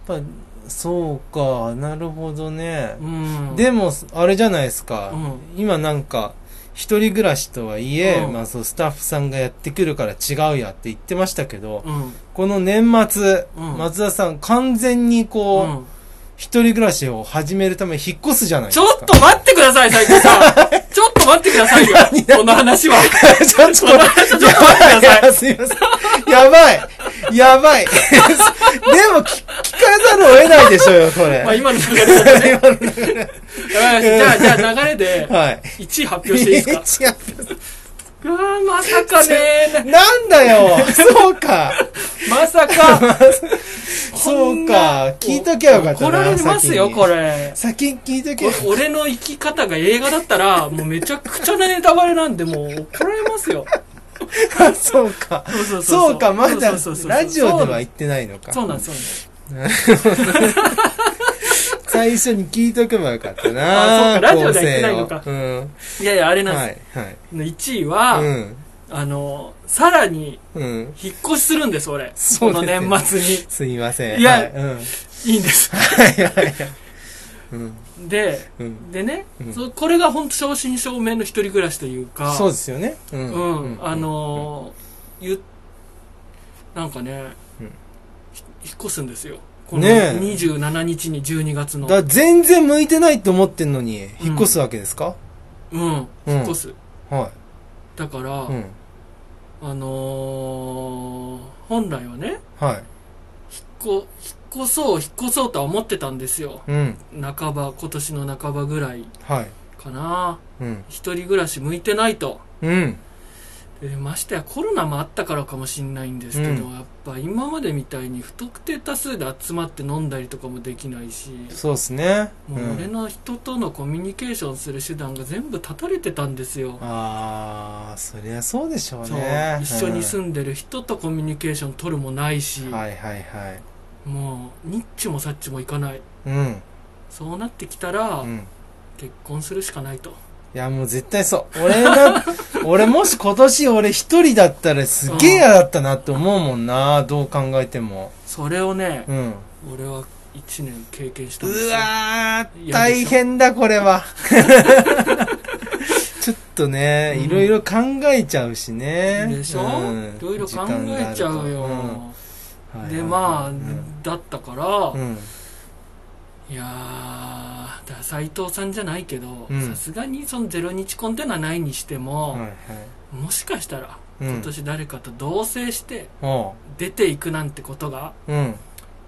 B: ぱ、そうか、なるほどね
A: う。ん
B: でも、あれじゃないですか。
A: うん
B: 今なんか、一人暮らしとはいえ、
A: うん
B: まあそう、スタッフさんがやってくるから違うやって言ってましたけど、
A: うん
B: この年末、
A: うん
B: 松田さん完全にこ
A: う
B: う、
A: ん
B: 一人暮らしを始めるために引っ越すじゃないです
A: ち
B: か
A: ょ。っと待ってください、斉藤さん。ちょっと待ってくださいよ。この話 は。
B: ちょっと
A: この話はちょっと待ってくださ
B: やば
A: い。
B: い、すいません。やばい、やばい。で も聞、聞かざるを得ないでしょうよ、これ。
A: まあ
B: はい。
A: 今の流れで ね。わかりましたじゃあ、じゃあ流れで1位発表していい ですか
B: 違う
A: うわーまさか ね
B: なんだよ、そうか。
A: まさ か。
B: そ
A: こ
B: うんか
A: な、
B: 聞いときゃよかったな。
A: 怒られますよ、
B: 先に
A: これ。
B: 先に聞いとけ
A: これ俺の生き方が映画だったら、もうめちゃくちゃネタバレなんで、もう怒られますよ。
B: ばそうか。
A: そうそうそう。
B: そうか、まだ
A: そうそうそうそう
B: ラジオでは言ってないのか。
A: そうなんです、そうなんです。
B: 最初に聞いとけばよかった
A: あそ
B: な。
A: うかラジオでは言ってないのか
B: 構成をうん。
A: いやいや、あれなん
B: は
A: で
B: い、はい。
A: す。1位は、
B: うん。
A: あの、さらに、
B: うん。
A: 引っ越しするんです、俺。
B: そう
A: こ
B: で
A: の
B: すね
A: 年末に。
B: すいません。
A: いや
B: はいうん。
A: いいんです。
B: はいはいはい。うん。
A: で、
B: うん。
A: でね、
B: うん
A: そこれが本当正真正銘の一人暮らしというか、
B: そうですよね。うん
A: うん、あ、のー、ゆなんかね、
B: うん
A: ひ引っ越すんですよ。この
B: ねえ
A: 27日に12月の。
B: だから全然向いてないと思ってんのに、引っ越すわけですか
A: うん、
B: うん
A: 引っ越す。
B: は
A: だから、
B: い。うん。
A: あのー、本来はね、
B: はい。
A: こう、引っ越そう、引っ越そうとは思ってたんですよ。
B: うん。
A: 半ば、今年の半ばぐらい
B: はい。
A: かな
B: うん。
A: 一人暮らし向いてないと。
B: うん。
A: でましてやコロナもあったからかもしれないんですけど、
B: う
A: やっぱ今までみたいに不特定多数で集まって飲んだりとかもできないし
B: そうですね。
A: もう俺
B: ん、
A: の人とのコミュニケーションする手段が全部断たれてたんですよ、
B: ああ、そりゃそうでしょう
A: そう
B: ね。
A: 一緒に
B: む、
A: 住んでる人とコミュニケーション取るもないし、
B: はいはいはい。
A: もうニッチもサッチもいかない
B: うん。
A: そうなってきたら、
B: うん。
A: 結婚するしかないと
B: いや、もう絶対そう。俺な、俺もし今年俺一人だったらすげえ嫌だったなって思うもんな。どう考えても。
A: それをね
B: う、ん。
A: 俺は1年経験したんです
B: う
A: よい
B: わー、
A: やでし
B: 大
A: ょ
B: 変だ、これは。 ちょっとね、
A: うん
B: いろいろ考えちゃうしね。
A: でしょ、
B: う
A: い
B: ん
A: ろいろ考えちゃうよ、でまあ、だったから、
B: うんうん
A: いやーだ斎藤さんじゃないけど
B: うん
A: さすがにそのゼロ日婚ってのはないにしても
B: はい、はい
A: もしかしたら
B: うん
A: 今年誰かと同棲して
B: お
A: 出ていくなんてことが
B: ううん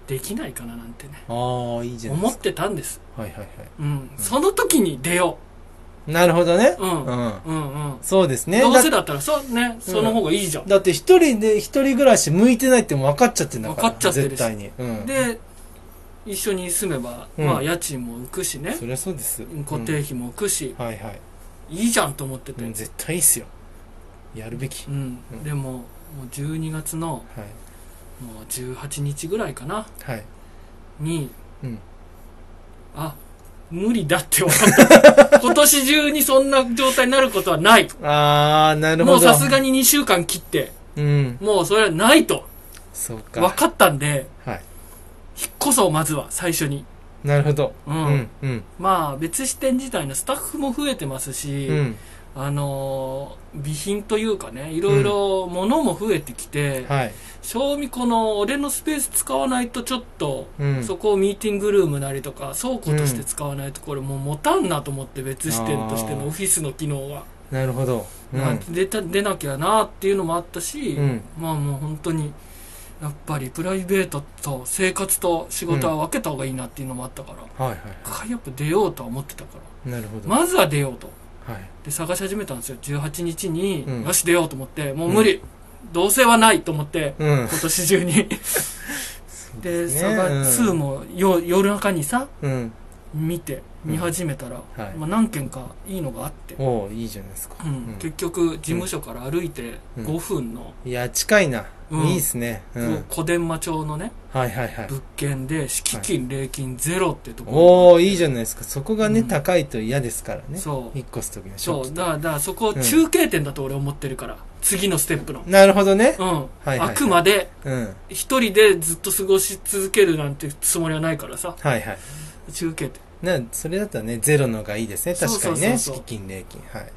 A: できないかななんてね
B: ああいいじゃないで
A: 思っ
B: す
A: てたんです、
B: かはいはいは
A: うん、その時に出よ
B: いなるほどね
A: う、うん、
B: う
A: うん
B: ん
A: うん
B: そうですね
A: どうせ
B: だ
A: だったらそうねその方がいいじゃん、
B: だって一人で一人暮らし向いてないってもう分かっちゃってんだか
A: 分
B: ら
A: かっちゃってるし
B: 絶対に、うん、
A: で一緒に住めば、
B: うん
A: まあ家賃も浮くしね
B: そりゃそうです
A: 固定費も浮くし、
B: うんはいはい
A: いいじゃんと思ってて
B: うん絶対いいっすよやるべき、
A: うん、
B: うん
A: でももう12月の
B: はい
A: もう18日ぐらいかな
B: はい
A: に、
B: うん
A: あ無理だって分か った今年中にそんな状態になることはない
B: ああなるほど
A: もうさすが
B: に
A: に2週間切って
B: うん
A: もうそれはないと
B: そうか
A: 分かったんで
B: はい
A: 引っ越そうまずは最初に、
B: なるほど
A: う
B: うんんうん
A: まあ別支店自体のスタッフも増えてますし、
B: うん
A: あのー備品というかねいろいろ物も増えてきて、
B: はい
A: 正味この俺のスペース使わないとちょっと
B: うん
A: そこをミーティングルームなりとか倉庫として使わないとこれもう持たんなと思って別視点として
B: あ
A: の
B: ー
A: オフィスの機能は、
B: なるほどうん
A: まあ出た出なきゃなっていうのもあったし、
B: うん
A: まあもう本当にやっぱりプライベートと生活と仕事は分けた方がいいなっていうのもあったから、
B: はいは
A: 一回やっぱ出ようとは思ってたから
B: いなるほど
A: まずは出ようと
B: はい
A: で探し始めたんですよ18日に、
B: うん
A: よし出ようと思ってもう無理、どうせはないと思って
B: う
A: 今
B: ん
A: 年中 にで、
B: ね
A: サガ2もよ夜中にさ、
B: うん
A: 見て、
B: うん
A: 見始めたら、
B: はい
A: まあ、何件かいいのがあって、
B: おおいいじゃないですか
A: うん
B: うん
A: 結局、事務所から歩いて
B: うん
A: 5分の、
B: いや近いな
A: うん
B: いいっすねうん
A: こ小伝馬町のね、
B: はいはいはい
A: 物件で、敷金、礼金ゼロってとこ
B: おおいいじゃないですかそこがね
A: うん
B: 高いと嫌ですから
A: ろ。
B: ね
A: そう。
B: 引っ越す時のショ
A: そう、
B: ッ
A: だからだからそこを中継点だと俺思ってるから、次のステップの。
B: クなるほどね
A: うん。
B: はいはい
A: あくまで、
B: うん
A: 一人でずっと過ごし続けるなんてつもりはないからさ、
B: はいはい
A: 中継点。
B: なそれだったらねゼロのがいいですね確かにね
A: そうそうそうそう
B: 敷金礼金はい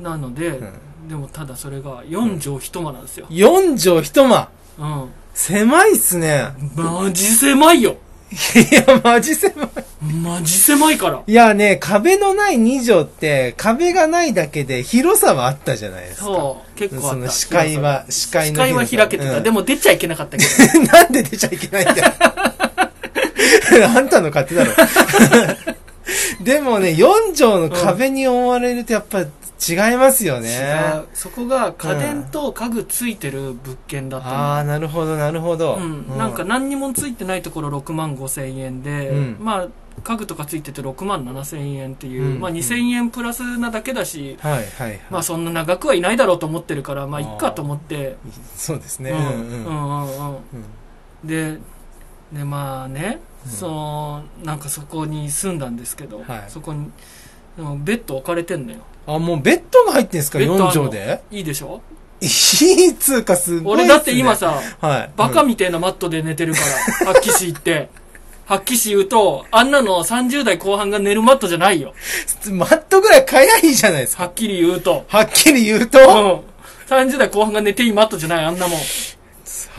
A: なので、
B: うん
A: でもただそれが4畳一間なんですよ。
B: 4畳一間
A: うん
B: 狭いっすね。
A: マジ狭いよ
B: いや、マジ狭い。
A: マジ狭いから
B: いやね、壁のない2畳って、壁がないだけで広さはあったじゃないですか。
A: そう結構あ
B: そ
A: った
B: の視界は、視界
A: 視
B: の
A: 界は開けてた、で
B: も、
A: も出ちゃいけなかったけ
B: なんで出ちゃいけないんだよ。 あんたの勝手だろ。でもね、4畳の壁に覆われるとやっぱ違いますよ
A: ど、
B: ね。
A: 違うそこが家電と家具ついてる物件だった
B: ああ、なるほど、なるほど。
A: の、うんなんか何にもついてないところ6万5千円で、
B: うん
A: まあ家具とかついてて6万7千円っていう、
B: うん
A: まあ2千円プラスなだけだし、
B: はいはいはい。
A: まあそんな長くはいないだろうと思ってるからまあいっかと思って
B: そうですね。
A: う
B: うんん
A: う
B: う
A: ん
B: ん。
A: うんうん
B: うん
A: ででまあね、
B: うん
A: そのなんかそこに住んだんですけど、
B: はい
A: そこにでもベッド置かれてんのよ
B: あ、もうベッドが入ってんすか
A: ベッドあんの
B: ?4 畳で
A: いいでしょ
B: いいっつうかすごいっす、ね。
A: 俺だって今、さ
B: はい。
A: バカ
B: うん
A: みてえなマットで寝てる から、発揮し行って発揮し言うとあんなの30代後半が寝るマットじゃないよ
B: マットぐらい買えばいいじゃないです
A: は
B: か。
A: っきり言うと、
B: はっきり言う
A: う
B: と、
A: ん
B: は、
A: 30代後半が寝ていいマットじゃないあんなもん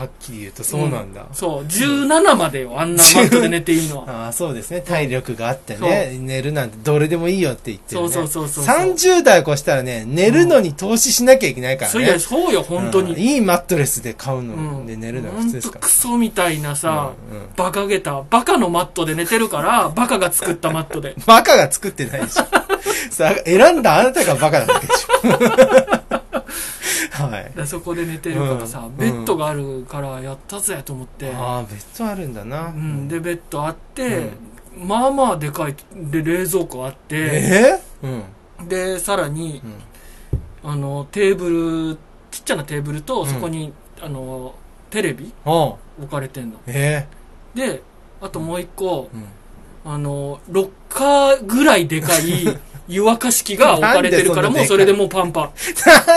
B: っきり言うとそうなんだ。
A: そう17までよあんなマットで寝ていい のは
B: ああ、そうですね。体力があってね、寝るなんてどれでもいいよって言ってる、
A: そ
B: ね。
A: うそうそうそう
B: 30代越したらね、寝るのに投資しなきゃいけないからね。
A: そういやそうよ本当に、
B: うんいいマットレスで買う
A: う
B: の
A: ん
B: で寝るのが普通です
A: ほん
B: か
A: とクソみたいな
B: ら。
A: さ、
B: うんうん
A: バカげたバカのマットで寝てるからバカが作ったマットで
B: バカが作ってないでしょ。 さ選んだあなたがバカなわけでしょ。 はい。
A: でそこで寝てるからさ、
B: うん
A: ベッドがあるからやったぜと思って、
B: ああ、ベッドあるんだな。
A: うん、でベッドあって、まあまあでかいで冷蔵庫あって、
B: えーうん。
A: でさらに
B: うん
A: あのテーブルちっちゃなテーブルと
B: うん
A: そこに、あのテレビ
B: ああ、
A: 置かれてんの
B: え
A: であともう一個
B: えうん。
A: あのロッカーぐらいでか い湯沸かし器が置かれてるから
B: なん
A: もう
B: でそ
A: そ
B: んな
A: れ
B: でかい
A: でもうパンパ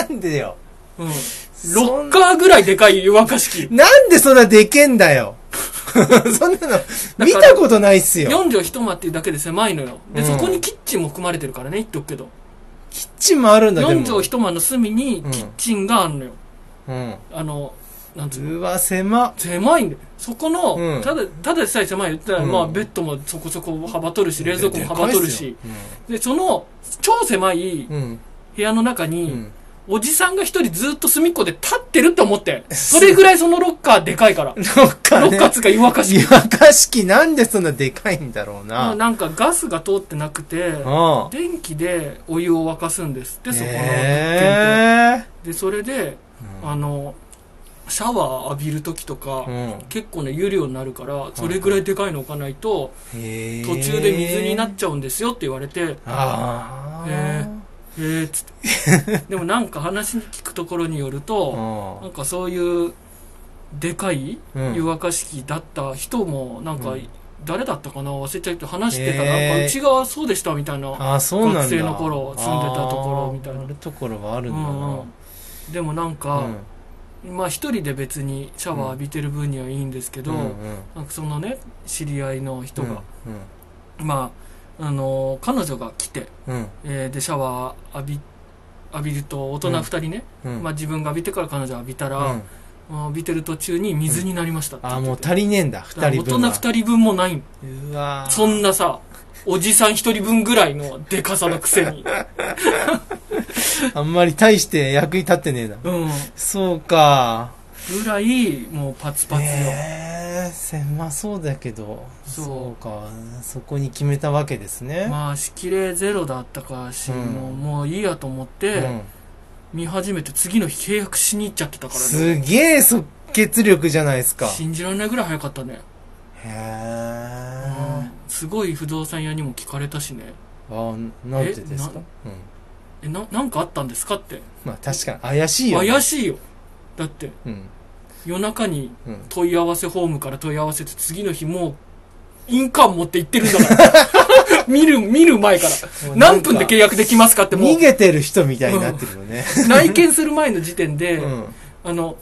A: ン、
B: なんでよ。
A: うん、
B: そ
A: ロッ
B: ん
A: カーぐらいでかい湯沸かし器
B: なんでそんなでけんだよ。 そんなの、見たことないっすよ。
A: 4畳一間っていうだけで狭いのよで、
B: うん
A: そこにキッチンも含まれてるからね言っとくけど
B: キッチンもあるんだけど。
A: 4畳一間の隅に
B: うん
A: キッチンがあるのよ、
B: うん。
A: あのなんつうの
B: うわ、狭っ。
A: 狭いんだよそこの、
B: うん
A: ただただでさえ狭いよって言ったら、
B: うん
A: まあベッドもそこそこ幅取るし冷蔵庫も幅取るし
B: でかいっ
A: でその超狭い
B: すよ。うん。
A: 部屋の中
B: う
A: に、
B: ん。
A: おじさんが一人ずっと隅っこで立ってるって思ってそれぐらいそのロッカーでかいから
B: ロッカー
A: ロ
B: ね。
A: ッカーつうか湯沸かし
B: 湯沸かし器なんでそんなでかいんだろう
A: もう
B: な。
A: なんかガスが通ってなくて
B: ああ。
A: 電気でお湯を沸かすんですってそこの物件って
B: え
A: でそれであのシャワー浴びる時とか、
B: うん。
A: 結構ね湯量になるからそれぐらいでかいの置かないと
B: へえ
A: 途中で水になっちゃうんですよって言われてへ
B: ああ。
A: へえっつって でもなんか話に聞くところによるとな
B: あ
A: んかそういうでかい
B: あ。う
A: 湯
B: ん。
A: 沸かし器だった人もなんか
B: うん
A: 誰だったかな忘れちゃうけど話してたら
B: へー
A: なんかうちがそうでしたみたいな
B: ああ、そうなんだ。
A: 学生の頃住んでたところみたいな
B: あああるところはあるん
A: う
B: だな。
A: んうんでもなんかまあ一人で別にシャワー浴びてる分にはいいんですけど
B: うんうん
A: なんかそのね知り合いの人が
B: うん
A: まあ、あのー彼女が来て、
B: うん
A: えーで、シャワー浴び、浴びると、大人二人ね、
B: うんうん
A: まあ自分が浴びてから彼女が浴びたら、
B: うん
A: まあ浴びてる途中に水になりましたって
B: ああ
A: 言
B: も
A: っ
B: う
A: てて
B: 足りねえんだ二人分
A: 大人二人分もないん
B: 人うわー
A: そんなさ、おじさん一人分ぐらいのでかさのくせ に。
B: あんまり大して役に立ってねえな
A: うん。
B: そうか
A: ぐらい、もうパツパツよ。
B: えー、狭そうだけど
A: そう
B: うかそこに決めたわけですね、
A: まあ、きれゼロだったからし、
B: うん
A: もう、もういいやと思って、
B: うん
A: 見始めて次の日契約しに行っちゃってたからね。
B: すげえ即決力じゃないですかへ
A: 信じられないぐらい早かったね。
B: え
A: すごい不動産屋にも聞かれたしね
B: あなんてですか
A: え
B: う
A: 「
B: ん
A: えななんかあったんですか?」って
B: まあ確かに怪しいよ、ね、
A: 怪
B: い
A: しいよだって
B: うん
A: 夜中に
B: うん
A: 問い合わせホームから問い合わせて次の日もう印鑑持って行ってるんだから 見る見る前から何分で契約できますかってもう
B: 逃げてる人みたいになってるよ ね、
A: 内見する前の時点で、
B: うん
A: あの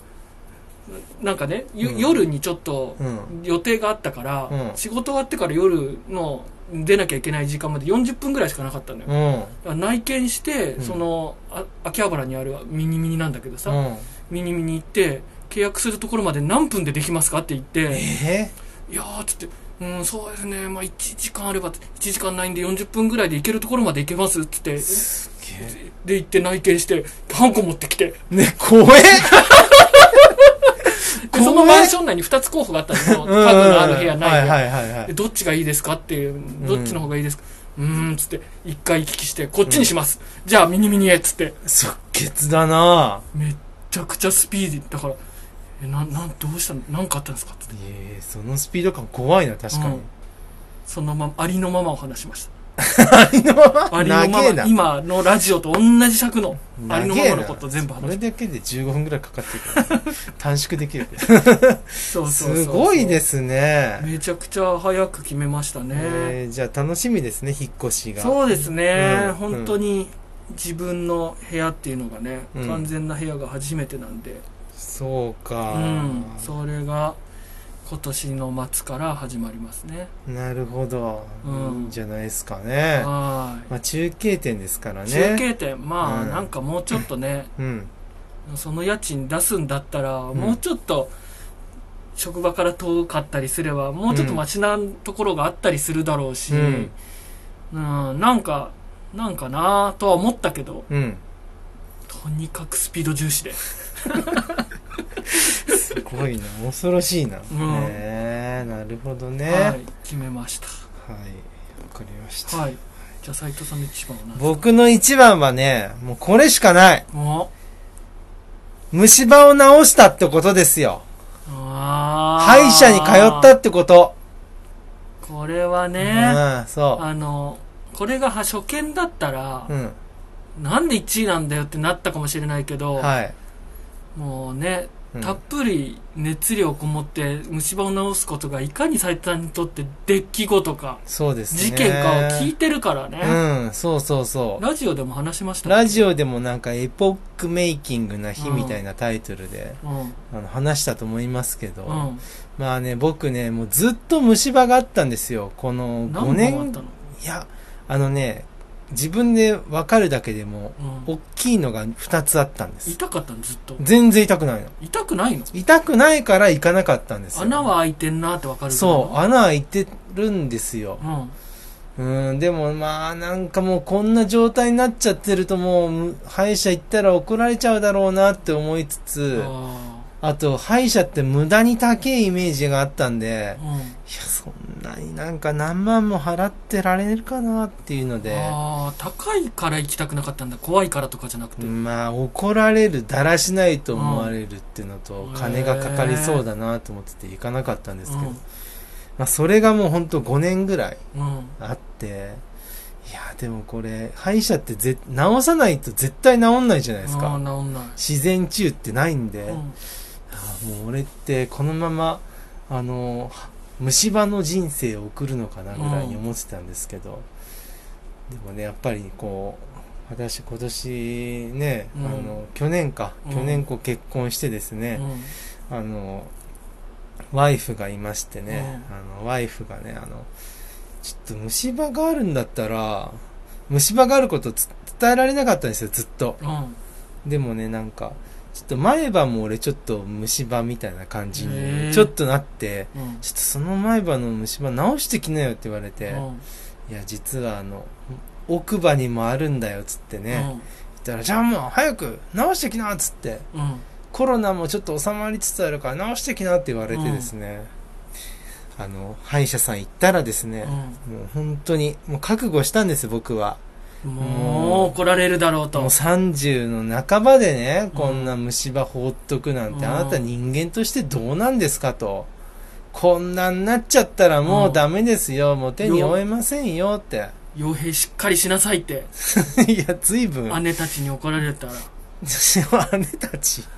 A: なんかね、よ
B: うん
A: 夜にちょっと
B: うん
A: 予定があったから、
B: うん
A: 仕事終わってから夜の出なきゃいけない時間まで40分ぐらいしかなかったのよ、
B: うん
A: 内見して、
B: うん
A: そのあ秋葉原にあるミニミニなんだけどさ、
B: うん
A: ミニミニ行って契約するところまで何分でできますかって言って
B: え
A: 「いやー」っつって「うんそうですねまあ1時間あれば1時間ないんで40分ぐらいで行けるところまで行けます」っつって
B: ー、すげえ
A: で行って内見してハンコ持ってきて
B: ね、怖え
A: でそのマンション内に2つ候補があったんですよ家具のある部屋ない部屋、
B: はいはいはいは
A: で
B: い。
A: どっちがいいですかっていうどっちの方がいいですか、うーんっつって一回行き来してこっちにします、じゃあミニミニへっつって
B: 即決だな
A: めっちゃくちゃスピーディーだから「えななんどうしたの何かあったんですか?」って
B: ええ、そのスピード感怖いな、確か
A: う
B: に
A: ん。そのままありのままを話しました
B: ありのま
A: あ
B: ま
A: りのま
B: 長
A: ま
B: えな。
A: 今のラジオと同じ尺のありのままのこと全部
B: こ
A: 話
B: れ
A: し
B: だけで15分くらいかかってるから、 短縮できる。
A: そうそうそう
B: すごいですすね。
A: めちゃくちゃ早く決めましたね
B: えーじゃあ楽しみですね、引っ越しが。
A: そうですね、
B: うん
A: 本当に自分の部屋っていうのがね、
B: うん
A: 完全な部屋が初めてなんで
B: そうか
A: うんそれが今年の末から始まりますね
B: なるほど。い
A: うん
B: いんじゃないですか
A: は
B: ね。
A: い
B: まあ中継点ですからね。
A: 中継点まあ、
B: うん
A: なんかもうちょっとね、
B: うん。
A: その家賃出すんだったら、
B: ん
A: もうちょっと職場から遠かったりすればもうちょっとマシなところがあったりするだろうし、
B: う
A: うん
B: ん
A: なんかなんかなとは思ったけど
B: うん。
A: とにかくスピード重視で、
B: すごいな、恐ろしいな。ね
A: ん
B: えなるほどね。
A: はい、決めました、
B: はい。わかりました。
A: はい、じじゃあ斎藤さんの一番は何
B: 僕の一番はね、もうこれしかない。
A: お
B: 虫歯を治したってことですよ。
A: あー
B: 歯医者に通ったってこと。
A: これはね
B: うん、そ
A: あのこれが初見だったら
B: う。う、ん。
A: なんで1位なんだよってなったかもしれないけど、
B: はい。
A: もうね
B: うん
A: たっぷり熱量こもって虫歯を治すことがいかに斎藤さんにとって出来事か
B: そうですね。
A: 事件かを聞いてるからね、
B: うん、そうそうそう。
A: ラジオでも話しました
B: ラジオでもなんかエポックメイキングな日みたいなタイトルで、
A: オうん
B: あの話したと思いますけど、
A: うん
B: まあね、僕ね、もうずっと虫歯があったんですよ。この
A: 何
B: 5
A: 本あっ
B: 年
A: たの、
B: いや、あのね、自分でわかるだけでも、
A: うん、
B: 大きいのが2つあったんです。
A: 痛かったのずっと
B: 全然痛くないの。
A: 痛くないの
B: 痛くないから行かなかったんですよ。
A: 穴は開いてんなってわかるぐらい
B: そう、
A: の
B: 穴開いてるんですよ。うん、でもまあなんかもうこんな状態になっちゃってるともうむ歯医者行ったら怒られちゃうだろうなって思いつ
A: うん
B: つ、
A: あ
B: あと歯医者って無駄に高いイメージがあったんで
A: ー、うん
B: いやそんなになんか何万も払ってられるかなっていうので、
A: ああ高いから行きたくなかったんだ怖いからとかじゃなくて、
B: まあ怒られる、だらしないと思われるっていうのと、
A: うん
B: 金がかかりそうだなと思ってて行かなかったんですけど、
A: うん
B: まあそれがもうほんと5年ぐらい。
A: うん
B: あっていやでもこれ歯医者ってぜ治さないと絶対治んないじゃないです
A: あ
B: か
A: ー治んない、
B: 自然治癒ってないんで、
A: う
B: あ
A: ん
B: ーもう俺ってこのままあのは虫歯の人生を送るのかなぐらいに思ってたんですけど、でもねやっぱりこう私今年ね、
A: うん
B: あの去年か、
A: うん
B: 去年こう結婚してですね、
A: うん
B: あの、ワイフがいましてね、あの、ワイフがね、あの、ちょっと虫歯があるんだったら、虫歯があることつ伝えられなかったんですよ、ずっと。
A: うん
B: でもね、なんか、ちょっと前歯も俺ちょっと虫歯みたいな感じ
A: へ
B: に、
A: ー
B: ちょっとなって、
A: うん
B: ちょっとその前歯の虫歯直してきなよって言われて、
A: うん
B: いや、実はあの、奥歯にもあるんだよ、つってね。言ったら、じゃあもう早く直してきな、つって。
A: うんうん
B: コロナもちょっと収まりつつあるから直してきなって言われてですね、あの、歯医者さん行ったらですね、もう本当に、もう覚悟したんです僕は。
A: うん
B: も
A: もう
B: う
A: 怒られるだろう
B: もう
A: と
B: 30の半ばでね、
A: うん
B: こんな虫歯放っとくなんて、
A: うん
B: あなた人間としてどうなんですかと。こんなんなっちゃったらもうダメですよ、もう手に負えませんよって。
A: 傭兵しっかりしなさいって
B: いや、随分。
A: 姉たちに怒られたら、
B: 姉たち。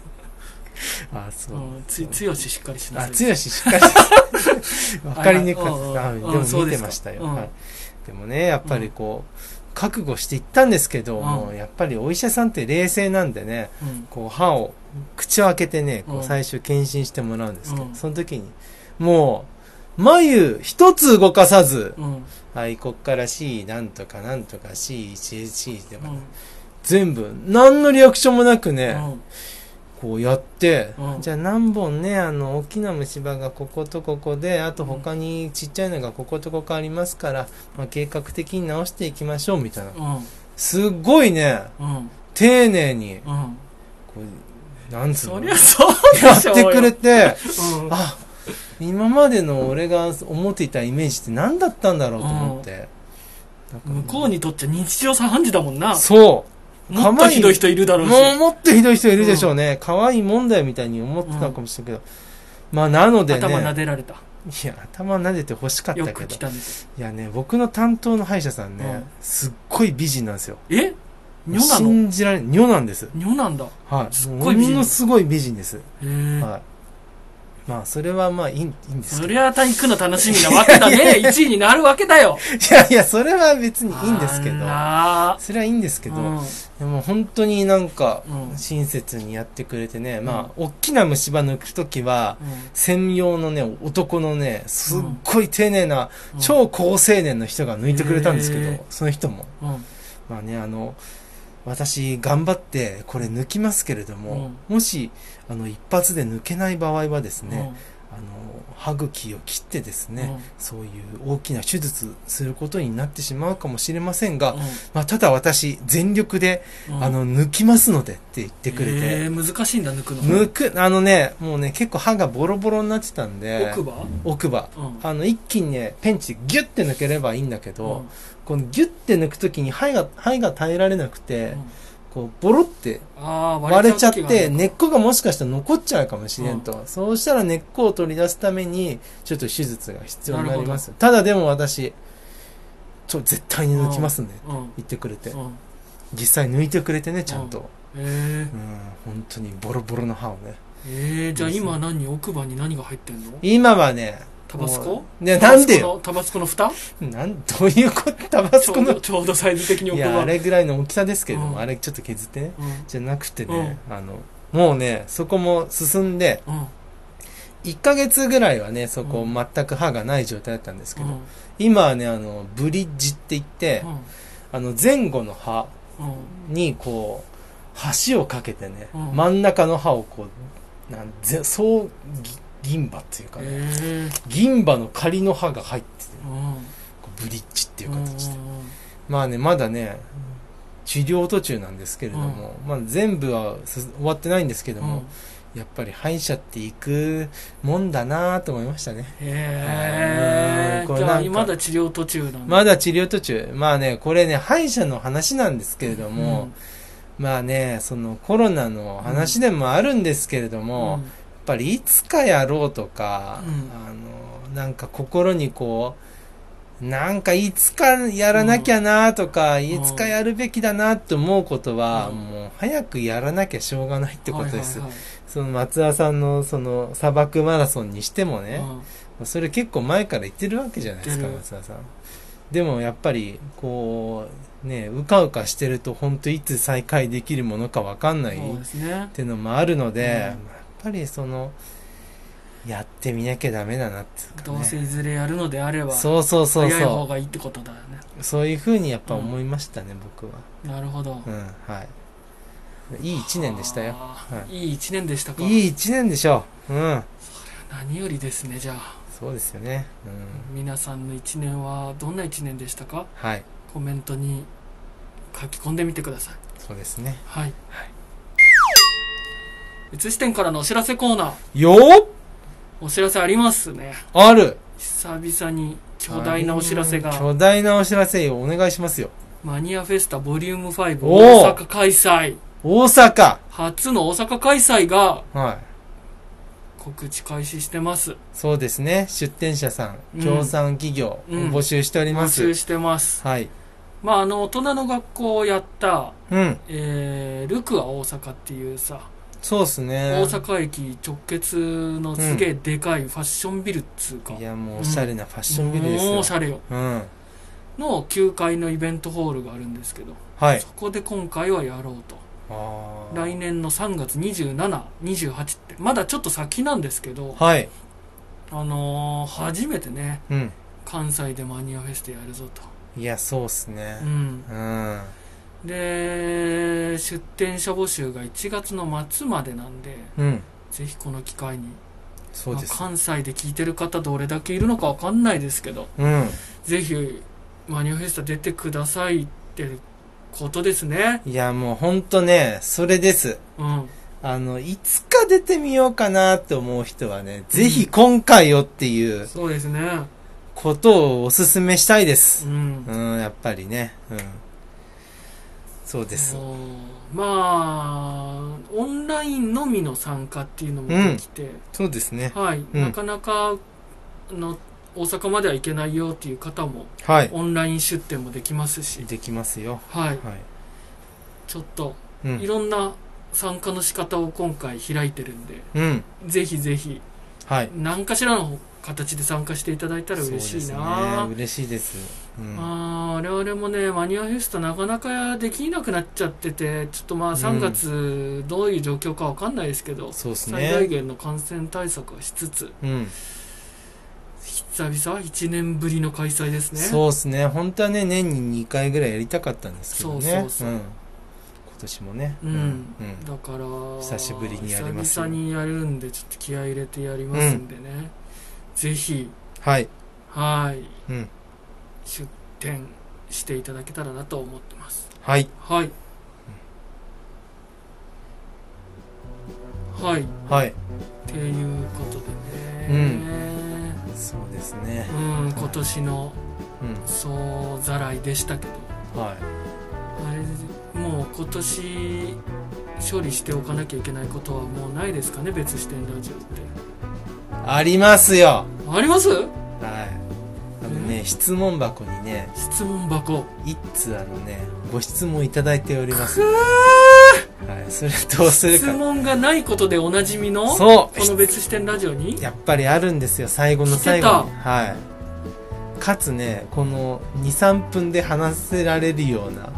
B: あ、そうう。
A: ん、つ強ししっかりしな
B: あ、
A: さい
B: 剛し っかり。わかりにくかった。
A: はいはいうんうん
B: あ
A: うん
B: で
A: そ
B: も
A: う
B: 見
A: で
B: て
A: すか
B: ましたよ。
A: うん
B: はい、でもね、やっぱりこう、覚悟していったんですけど、
A: うん
B: もうやっぱりお医者さんって冷静なんでね、
A: うん
B: こう歯を、口を開けてね、こ
A: う
B: うん最終検診してもらうんですけど、
A: うん
B: その時に、もう、眉一つ動かさず、
A: うんうん
B: はい、こっから C なんとかなんとか C1AC でも、全部、何のリアクションもなくね、こうやって、
A: うん
B: じゃあ何本ねあの大きな虫歯がこことここであと他にちっちゃいのがこことここありますから、まあ、計画的に直していきましょうみたいな
A: うん
B: すっごいね
A: うんうん
B: 丁寧に
A: うん
B: こうなんつう
A: そ
B: の
A: り
B: や
A: ゃそうでしょ
B: ってくれて
A: うん
B: あ今までの俺が思っていたイメージって何だったんだろうと思って、
A: 向こうにとっちゃ日常茶飯事だもんな
B: そう
A: もっとひどい人いるだろうし
B: もうもっとひどい人いるでしょうね。可愛いもんだよみたいに思ってたのかもしれないけど。まあ、なのでね。
A: 頭撫でられた
B: いや、頭撫でて欲しかった
A: よ
B: け
A: く
B: ど
A: 来。たんです
B: いやね、僕の担当の歯医者さんね、
A: うん
B: すっごい美人なんですよ。
A: え女なの
B: 信じられない。女なんです。
A: 女なんだへ
B: はい。
A: すっごい美人
B: ものすごい美人です。
A: え
B: はい。まあ、それはまあいいいいんです
A: そ
B: けど。
A: りゃ体育の楽しみなわけ だね1位になるわけだよ
B: いやいや、それは別にいいんですけど。
A: あら
B: それはいいんですけど、
A: うん
B: でも本当になんか
A: う、ん
B: 親切にやってくれてね、
A: ん
B: まあ、大きな虫歯抜くときは、専用のね、男のね、すっごい丁寧な、
A: うん
B: 超高青年の人が抜いてくれたんですけど、
A: へー
B: その人も。
A: うんうん
B: まあね、あの、私、頑張って、これ抜きますけれども、もし、あの、一発で抜けない場合はですね、あの、歯茎を切ってです
A: うん
B: ね、そういう大きな手術することになってしまうかもしれませんが、
A: うん
B: まあ、ただ私、全力で、
A: うん
B: あの、抜きますのでって言ってくれ
A: へ
B: て、
A: え難しいんだ抜くの
B: 抜く、あのね、もうね、結構歯がボロボロになってたんで、
A: 奥歯
B: 奥歯
A: うん
B: あの一気にねペンチでギュッて抜ければいいんだけど、
A: うん
B: ここのギュッて抜くときに肺が、肺が耐えられなくて、
A: うん
B: こう、ボロって
A: ああ、
B: 割れちゃっ
A: 時がある
B: て、根っこがもしかしたら残っちゃうかもしれんと。そうしたら根っこを取り出すために、ちょっと手術が必要になります。ただでも私、ちょ、絶対に抜きますんで、
A: うん。
B: 言ってくれて。
A: うん。
B: 実際抜いてくれてね、ちゃんと。
A: え
B: うん、本当にボロボロの歯をね。
A: えええじゃあ今何奥歯に何が入ってんの
B: 今はね、
A: タバスコ
B: もうね、なんでよ。
A: タバスコのタバス
B: なん、 どういうことタバス
A: コ
B: コ
A: の
B: の
A: 蓋ちょうどちょうどサイズ的に
B: い
A: 奥
B: や、
A: 歯
B: あれぐらいの大きさですけども、
A: うん
B: あれちょっと削ってね。
A: うん
B: じゃなくてね、あの、もうね、そこも進んで、
A: うん
B: 1ヶ月ぐらいはね、そこ
A: うん
B: 全く歯がない状態だったんです
A: う
B: けど、
A: ん
B: 今はね、あの、ブリッジって言って、あの、前後の歯
A: うん
B: にこう、橋をかけてね、
A: うん
B: 真ん中の歯をこう、なんぜそう、ぎ銀歯っていうかね、
A: ええ
B: 銀歯の仮の歯が入ってて、
A: うん
B: こうブリッジっていう形で。
A: うん
B: まあね、まだね、治療途中なんですけれども、まあ全部はす終わってないんですけども、やっぱり歯医者って行くもんだなぁと思いましたね。
A: へえ
B: うんこれ
A: じ
B: な
A: ゃ
B: ん
A: あ
B: か
A: まだ治療途中なんだ
B: まだ治療途中。まあね、これね、歯医者の話なんですけれども、まあね、そのコロナの話でもあるんですけれど
A: う
B: も、
A: ん
B: やっぱりいつかやろうとか、
A: うん
B: あの、なんか心にこう、なんかいつかやらなきゃなとか、
A: ん
B: いつかやるべきだなと思うことは、
A: うん
B: もう早くやらなきゃしょうがないってことです。
A: はいはい
B: その松田さんのその砂漠マラソンにしてもね、
A: はい
B: それ結構前から言ってるわけじゃないですか、
A: 言って
B: 松田さん。でもやっぱり、こう、ね、うかうかしてると本当いつ再開できるものかわかんないっ
A: そうですね
B: ていうのもあるので、
A: うん
B: やっぱりその、やってみなきゃダメだなっていうか、ね。
A: どうせいずれやるのであれば
B: そうそうそう
A: 早い方
B: そ
A: がいいってことだよね
B: う。そういうふうにやっぱ思いましたね、僕は。
A: なるほど
B: うん、はい。いい一年でしたよ。
A: あ
B: は
A: ーいい一年でしたか
B: いい一年でしょう。うん。
A: 何よりですねじゃあ
B: そうですよね。うん。
A: 皆さんの一年はどんな一年でしたか
B: はい。
A: コメントに書き込んでみてください
B: そうですね。
A: はい、うつし店からのお知らせコーナー
B: よーっ
A: お知らせありますね
B: ある
A: 久々に巨大なお知らせが
B: 巨大なお知らせよ、お願いしますよ。
A: マニアフェスタボリューム5
B: おー
A: 大阪開催
B: 大阪
A: 初の大阪開催が
B: はい。
A: 告知開始してます
B: そうですね。出展者さん、
A: うん
B: 協賛企業、
A: うん
B: 募集しておりま
A: 募
B: す
A: 集。してます
B: はい。
A: まああの大人の学校をやった、
B: うん。
A: えー、ルクア大阪っていうさ
B: そうですね。
A: 大阪駅直結のすげえでかいファッションビルっつうか、
B: いや、もうおしゃれなファッションビルです
A: もう
B: よ
A: お。しゃれよ
B: うん。
A: の9階のイベントホールがあるんですけど、
B: はい
A: そ。こで今回はやろうと
B: あー
A: 来年の3月2728ってまだちょっと先なんですけど
B: はい。
A: あのー初めてね
B: うん。
A: 関西でマニアフェステやるぞと、
B: いや、そうですね
A: う。ん、
B: うん。
A: で出展者募集が1月の末までなんで
B: うん。
A: ぜひこの機会に、
B: そうです。
A: まあ関西で聞いてる方どれだけいるのかわかんないですけど
B: うん。
A: ぜひマニアフェスタ出てくださいってことですね
B: いや、もうほんとね、それです。
A: うん
B: あの、いつか出てみようかなって思う人はね、ぜひ今回よっていう
A: そうですね
B: ことをお勧めしたいで
A: う
B: す。
A: ん
B: うん、やっぱりね。うん。そうです。
A: もうまあオンラインのみの参加っていうのもできて、
B: そうですね。
A: はい、
B: ん
A: なかなかあの大阪までは行けないよっていう方も
B: はい。
A: オンライン出店もできますし、
B: できますよ。
A: はい、
B: はい。
A: ちょっと
B: う
A: い
B: ん。
A: ろんな参加の仕方を今回開いてるんで
B: うん。
A: ぜひぜひ
B: はい。
A: 何かしらの形で参加していただいたら嬉
B: そうで
A: しい
B: すね
A: な、
B: 嬉しいです。うん。
A: まあ、我々もね、マニアフェスタなかなかできなくなっちゃってて、ちょっとまあ
B: うん
A: 3月どういう状況かわかんないですけど、
B: そうです
A: 最大
B: ね。
A: 限の感染対策はしつつ、
B: うん。
A: 久々1年ぶりの開催ですね。
B: そうですね。本当はね、年に2回ぐらいやりたかったんですけどね。
A: そうそうそうん
B: 今年もね。
A: うん
B: うん。
A: だから、
B: 久しぶりにやります
A: 久々にやるんで、ちょっと気合い入れてやりますんでね。ぜひ、
B: はい。
A: はい、
B: うん
A: 出展していただけたらなと思ってます。
B: はい。
A: はい。はい。
B: はい。
A: っていうことでね、
B: そうですね。
A: うん、今年の総ざらいでしたけど
B: うんはい
A: あれもう今年処理しておかなきゃいけないことはもうないですかね別視点ラジオって
B: ありますよ
A: あります
B: はいあの
A: う
B: ね質問箱にね
A: 質問箱
B: 一通あのねご質問いただいております
A: くー
B: はいそれどうする
A: 質
B: か
A: 問がないことでおなじみのこ
B: そう
A: の別視点ラジオに
B: やっぱりあるんですよ最後の最後
A: 知っ
B: にはいかつねこの23分で話せられるような